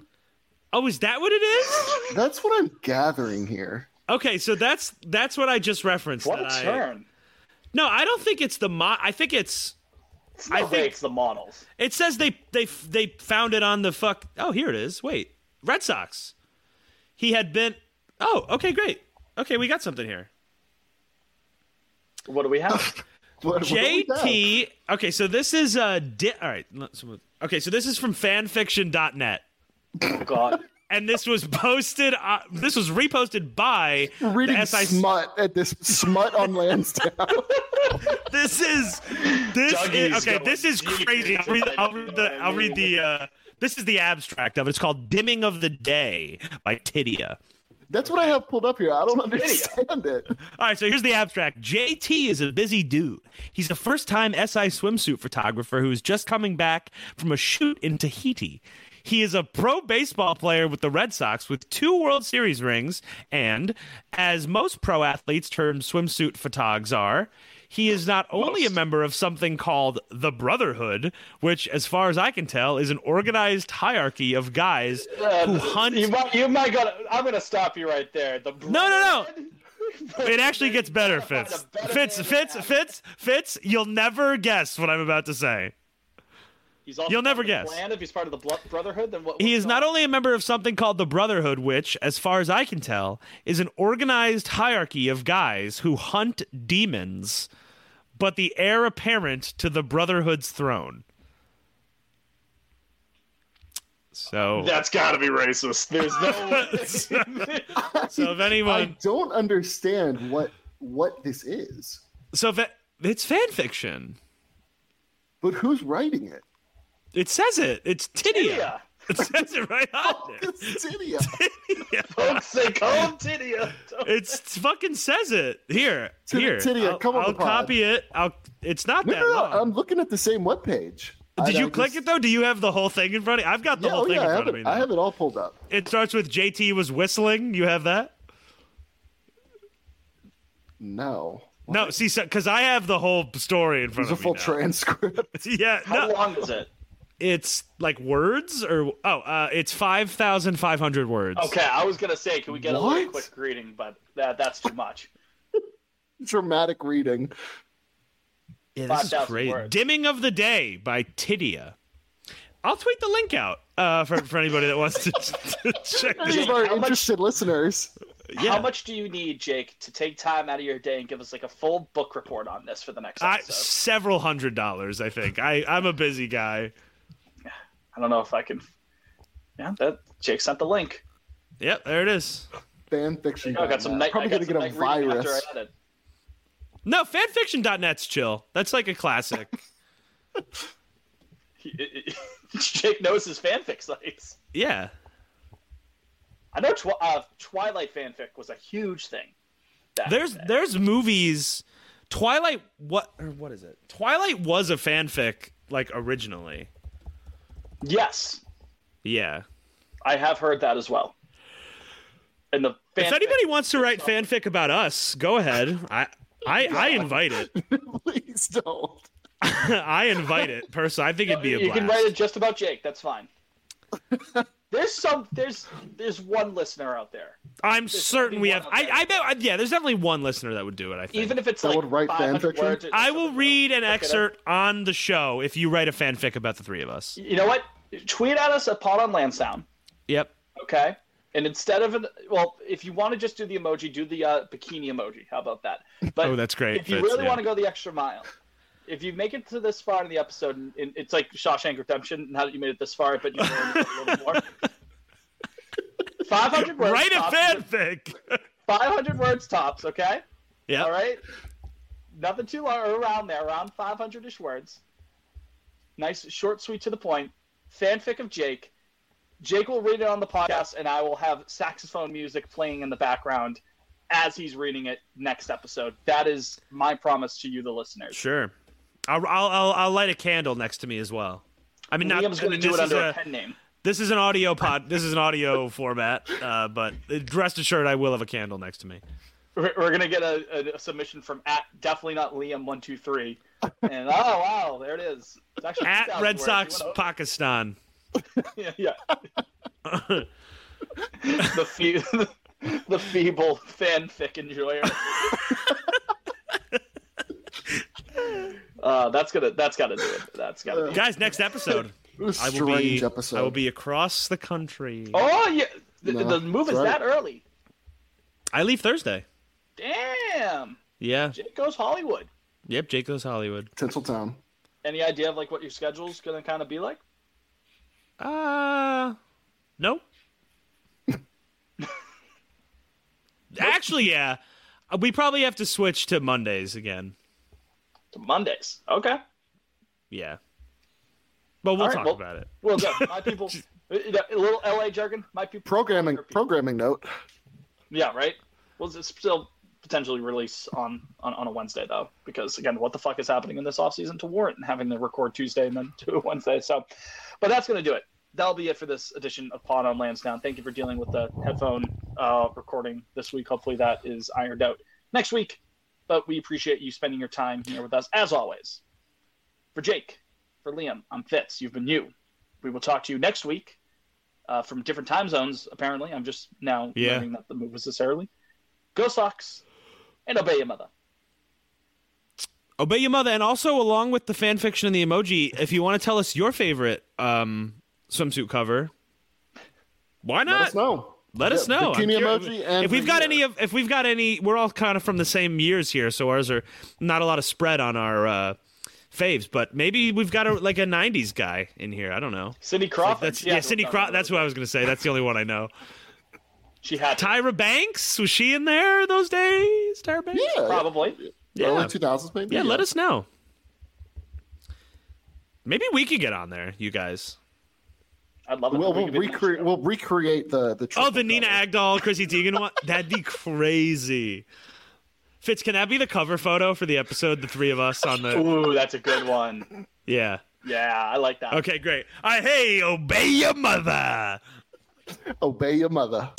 Speaker 3: Oh, is that what
Speaker 2: [laughs]
Speaker 3: it is?
Speaker 4: That's what I'm gathering here.
Speaker 3: okay, so that's that's what I just referenced.
Speaker 2: What
Speaker 3: that
Speaker 2: a
Speaker 3: I-
Speaker 2: turn!
Speaker 3: No, I don't think it's the mo. I think it's
Speaker 2: It's not
Speaker 3: I
Speaker 2: I
Speaker 3: think-
Speaker 2: it's the models.
Speaker 3: It says they they they found it on the fuck. Oh, here it is. Wait, Red Sox. He had been. Oh, okay, great. Okay, we got something here.
Speaker 2: What do we have?
Speaker 4: What, what do we have?
Speaker 3: JT. Okay, so this is uh. Di- all right. let's- Okay, so this is from fanfiction.net,
Speaker 2: oh God!
Speaker 3: and this was posted. Uh, this was reposted by
Speaker 4: We're reading
Speaker 3: the SI.
Speaker 4: smut at this smut on Lansdowne. [laughs]
Speaker 3: This is this
Speaker 2: Dougie's
Speaker 3: is okay.
Speaker 2: going
Speaker 3: This is
Speaker 2: deep
Speaker 3: crazy. I'll read, I'll
Speaker 2: into
Speaker 3: read
Speaker 2: it,
Speaker 3: the.
Speaker 2: you know
Speaker 3: I'll read
Speaker 2: what I
Speaker 3: the. Uh, this is the abstract of it. It's called "Dimming of the Day" by Tidia.
Speaker 4: That's what I have pulled up here. I don't understand it.
Speaker 3: All right, so here's the abstract. JT is a busy dude. He's a first time SI swimsuit photographer who is just coming back from a shoot in Tahiti. He is a pro baseball player with the Red Sox with two World Series rings, and as most pro athletes termed swimsuit photogs are, he is not only a member of something called the Brotherhood, which, as far as I can tell, is an organized hierarchy of guys who hunt.
Speaker 2: You might, you might gotta. I'm gonna stop you right there. The
Speaker 3: No, no, no. It actually gets better, Fitz.
Speaker 2: find a better
Speaker 3: Fitz,
Speaker 2: man than
Speaker 3: Fitz,
Speaker 2: that.
Speaker 3: Fitz, Fitz. You'll never guess what I'm about to say.
Speaker 2: He's also
Speaker 3: You'll
Speaker 2: part
Speaker 3: never
Speaker 2: of the
Speaker 3: guess.
Speaker 2: Plan. If he's part of the blo- Brotherhood, then what?
Speaker 3: He
Speaker 2: what's
Speaker 3: is not
Speaker 2: going
Speaker 3: only a member of something called the Brotherhood, which, as far as I can tell, is an organized hierarchy of guys who hunt demons, but the heir apparent to the Brotherhood's throne. So,
Speaker 2: on? That's gotta be racist. There's no. way.
Speaker 3: [laughs] so if
Speaker 4: I
Speaker 3: anyone,
Speaker 4: don't understand what what this is.
Speaker 3: so if it- it's fan fiction,
Speaker 4: But who's writing it? [laughs]
Speaker 3: it says it. It's Tidia.
Speaker 2: Tidia.
Speaker 3: It says it right
Speaker 2: [laughs] Oh,
Speaker 3: on there. [laughs]
Speaker 4: It's Cydia. [laughs]
Speaker 2: Don't say call him Tidia. Don't-
Speaker 3: It's fucking says it here.
Speaker 4: Tid-
Speaker 3: here,
Speaker 4: Tidia,
Speaker 3: I'll,
Speaker 4: come on
Speaker 3: I'll
Speaker 4: the pod.
Speaker 3: copy it. I'll. It's not
Speaker 4: No,
Speaker 3: that
Speaker 4: no, no.
Speaker 3: long.
Speaker 4: I'm looking at the same webpage.
Speaker 3: Did you click it though? Do you have the whole thing in front of you? I've got the
Speaker 4: Yeah,
Speaker 3: whole
Speaker 4: oh
Speaker 3: thing in
Speaker 4: yeah, I
Speaker 3: front
Speaker 4: have,
Speaker 3: of me.
Speaker 4: it, I
Speaker 3: now.
Speaker 4: have it all pulled up.
Speaker 3: It starts with JT was whistling. You have that?
Speaker 4: No.
Speaker 3: No, see, because I have the whole story in front
Speaker 4: There's a
Speaker 3: of
Speaker 4: full
Speaker 3: me. now. [laughs]
Speaker 4: transcript. [laughs]
Speaker 3: Yeah,
Speaker 2: How
Speaker 3: no,
Speaker 2: long is it?
Speaker 3: it's like words or oh, uh, it's five thousand five hundred words.
Speaker 2: Okay, I was gonna say, can we get a
Speaker 4: What?
Speaker 2: little quick greeting? But that, that's too much.
Speaker 4: Dramatic
Speaker 3: [laughs]
Speaker 4: reading.
Speaker 3: Yeah, this is
Speaker 2: 5,000
Speaker 3: crazy.
Speaker 2: words.
Speaker 3: Dimming of the Day by Tidia. I'll tweet the link out uh, for for anybody that wants to, [laughs] to check this.
Speaker 4: Any
Speaker 2: Jake,
Speaker 4: of our
Speaker 2: how much-
Speaker 4: interested listeners.
Speaker 3: Yeah.
Speaker 2: How much do you need, Jake, to take time out of your day and give us like a full book report on this for the next
Speaker 3: I,
Speaker 2: episode?
Speaker 3: several hundred dollars, I think. I, I'm a busy guy.
Speaker 2: I don't know if I can. Yeah, that Jake sent the link.
Speaker 3: Yep, there it is.
Speaker 4: Fan fiction.
Speaker 2: I got some night.
Speaker 4: Probably
Speaker 2: I got
Speaker 4: gonna
Speaker 2: some
Speaker 4: get a
Speaker 2: night reading after
Speaker 4: virus.
Speaker 2: I edit.
Speaker 3: No, fanfiction.net's chill. That's like
Speaker 2: [laughs]
Speaker 3: a classic.
Speaker 2: He- [laughs] Jake knows his fanfic sites.
Speaker 3: yeah.
Speaker 2: I know tw- uh, Twilight fanfic was a huge thing. back
Speaker 3: There's
Speaker 2: in the day.
Speaker 3: there's movies Twilight what or what is it? Twilight was a fanfic like originally.
Speaker 2: yes,
Speaker 3: Yeah.
Speaker 2: I have heard that as well. And the fanfic,
Speaker 3: If anybody wants to write fanfic about us, go ahead. I I, I invite it.
Speaker 4: [laughs]
Speaker 3: [laughs]
Speaker 4: Please don't.
Speaker 3: I invite it personally. I think it'd be a
Speaker 2: you
Speaker 3: blast.
Speaker 2: can write it just about Jake. That's fine. there's some there's there's one listener out there.
Speaker 3: I'm certain we have.
Speaker 2: one out
Speaker 3: I,
Speaker 2: there.
Speaker 3: I bet. Yeah, there's definitely one listener that would do it. I think.
Speaker 2: Even if it's
Speaker 4: That
Speaker 2: like
Speaker 4: would write
Speaker 2: 500
Speaker 4: fanfiction?
Speaker 2: words or
Speaker 3: I
Speaker 2: something,
Speaker 3: will
Speaker 2: though.
Speaker 3: read an
Speaker 2: Look it up.
Speaker 3: excerpt on the show if you write a fanfic about the three of us.
Speaker 2: You know what? Tweet at us at Pod on Lansdowne.
Speaker 3: Yep.
Speaker 2: Okay. And instead of an well, if you want to just do the emoji, do the uh, bikini emoji. How about that? But
Speaker 3: Oh, that's great.
Speaker 2: If you
Speaker 3: Fitz,
Speaker 2: really
Speaker 3: yeah.
Speaker 2: want to go the extra mile, if you make it to this far in the episode, and, and it's like Shawshank Redemption. Now that you made it this far, but you learned a little
Speaker 3: [laughs]
Speaker 2: more. Five hundred words.
Speaker 3: Write a
Speaker 2: tops.
Speaker 3: fanfic. [laughs]
Speaker 2: Five hundred words tops. Okay.
Speaker 3: yeah.
Speaker 2: All right. Nothing too long or around there, around 500 ish words. Nice, short, sweet, to the point. Fanfic of Jake. Jake will read it on the podcast, and I will have saxophone music playing in the background as he's reading it next episode. That is my promise to you, the listeners.
Speaker 3: Sure. I'll, I'll, I'll, I'll light a candle next to me as well. I mean, not,
Speaker 2: Liam's
Speaker 3: I
Speaker 2: going to do
Speaker 3: mean, this
Speaker 2: it
Speaker 3: is
Speaker 2: under a,
Speaker 3: a-
Speaker 2: pen name.
Speaker 3: This is an audio pod. This is an audio [laughs] format, uh, but rest assured, I will have a candle next to me.
Speaker 2: We're, we're going to get a, a, a submission from at definitely not Liam one two three, and oh wow, there it is. It's actually
Speaker 3: At
Speaker 2: 2,000
Speaker 3: Red
Speaker 2: words. You
Speaker 3: Sox
Speaker 2: wanna-
Speaker 3: Pakistan.
Speaker 2: yeah,
Speaker 4: [laughs]
Speaker 2: yeah. the fe- [laughs] the feeble fanfic enjoyer. uh, that's gonna that's gotta do it. That's gotta
Speaker 4: Uh,
Speaker 2: be. it.
Speaker 3: Guys, next episode.
Speaker 4: This
Speaker 3: I will
Speaker 4: strange
Speaker 3: be.
Speaker 4: episode.
Speaker 3: I will be across the country.
Speaker 2: Oh yeah, the,
Speaker 4: No,
Speaker 2: the move is
Speaker 4: that's right.
Speaker 2: that early.
Speaker 3: I leave Thursday.
Speaker 2: Damn,
Speaker 3: Yeah.
Speaker 2: Jake goes Hollywood.
Speaker 3: Yep. Jake goes Hollywood.
Speaker 4: Tinseltown.
Speaker 2: Any idea of like what your schedule's gonna kind of be like?
Speaker 3: Uh,
Speaker 2: [laughs]
Speaker 3: no. Actually, yeah. We probably have to switch to Mondays again.
Speaker 2: To Mondays. Okay.
Speaker 3: Yeah. But we'll
Speaker 2: All right,
Speaker 3: talk
Speaker 2: well-
Speaker 3: about it.
Speaker 2: Well, good. My
Speaker 4: [laughs]
Speaker 2: people. a little LA jargon. My people.
Speaker 4: Programming programming note.
Speaker 2: Yeah, right. Well, it's still potentially release on, on on a Wednesday though, because again, what the fuck is happening in this offseason to warrant having to record Tuesday and then [laughs] do it Wednesday? So, but that's gonna do it. That'll be it for this edition of Pod on Lansdowne. Thank you for dealing with the headphone uh, recording this week. Hopefully, that is ironed out next week. But we appreciate you spending your time here with us as always. For Jake, for Liam, I'm Fitz. You've been you. We will talk to you next week uh, from different time zones. Apparently, I'm just now
Speaker 3: Yeah.
Speaker 2: learning that the move was this early. Go Sox, and obey your mother.
Speaker 3: Obey Oh, Your Mother, and also along with the fan fiction and the emoji, if you want to tell us your favorite um, swimsuit cover, why
Speaker 4: Let
Speaker 3: not?
Speaker 4: us know.
Speaker 3: Let us
Speaker 4: Yeah,
Speaker 3: know. I'm
Speaker 4: bikini
Speaker 3: curious-
Speaker 4: emoji and
Speaker 3: if we've
Speaker 4: the uh,
Speaker 3: got
Speaker 4: year.
Speaker 3: any of, if we've got any, we're all kind of from the same years here, so ours are not a lot of spread on our uh, faves. But maybe we've got a, like a '90s guy in here. I don't know.
Speaker 2: Cindy Crawford.
Speaker 3: That's
Speaker 2: she
Speaker 3: yeah,
Speaker 2: had to
Speaker 3: Cindy
Speaker 2: have
Speaker 3: Crawford.
Speaker 2: done
Speaker 3: That's
Speaker 2: that.
Speaker 3: who I was gonna say. That's the only one I know.
Speaker 2: she had. To,
Speaker 3: Tyra Banks was she in there those days? Tyra Banks.
Speaker 4: Yeah,
Speaker 2: probably.
Speaker 4: Early two thousands maybe.
Speaker 3: Yeah, let us know. Maybe we could get on there, you guys.
Speaker 2: I'd love it.
Speaker 4: We'll,
Speaker 2: if we
Speaker 4: we'll,
Speaker 2: could be the next
Speaker 4: recre-
Speaker 2: show.
Speaker 4: we'll recreate the the.
Speaker 3: Oh,
Speaker 4: triple
Speaker 3: the Nina
Speaker 4: cover.
Speaker 3: Agdal, Chrissy Teigen one. That'd be crazy. Fitz, can that be the cover photo for the episode? The three of us on the
Speaker 2: Ooh, that's a good one.
Speaker 3: yeah.
Speaker 2: Yeah, I like that.
Speaker 3: Okay, great. All right, hey, obey your mother.
Speaker 4: Obey your mother.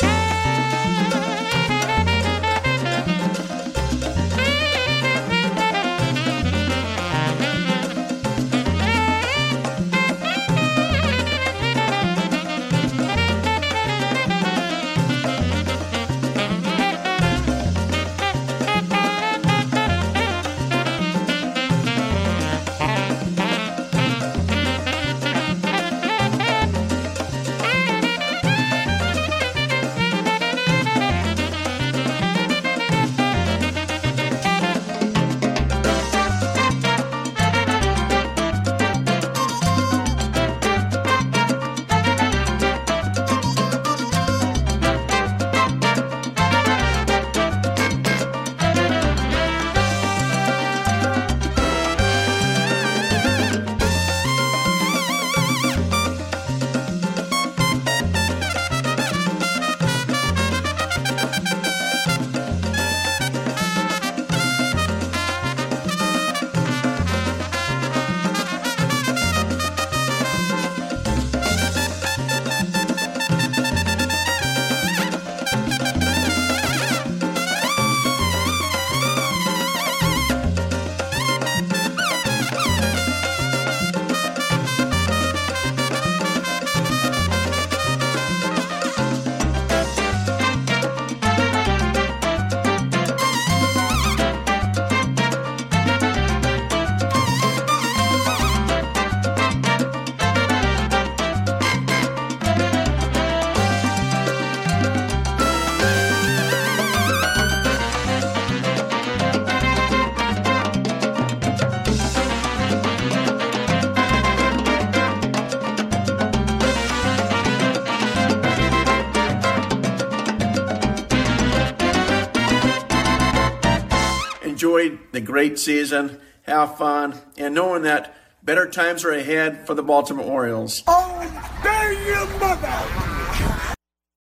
Speaker 1: enjoyed the great season, have fun, and knowing that better times are ahead for the Baltimore Orioles.
Speaker 5: Oh, damn your mother!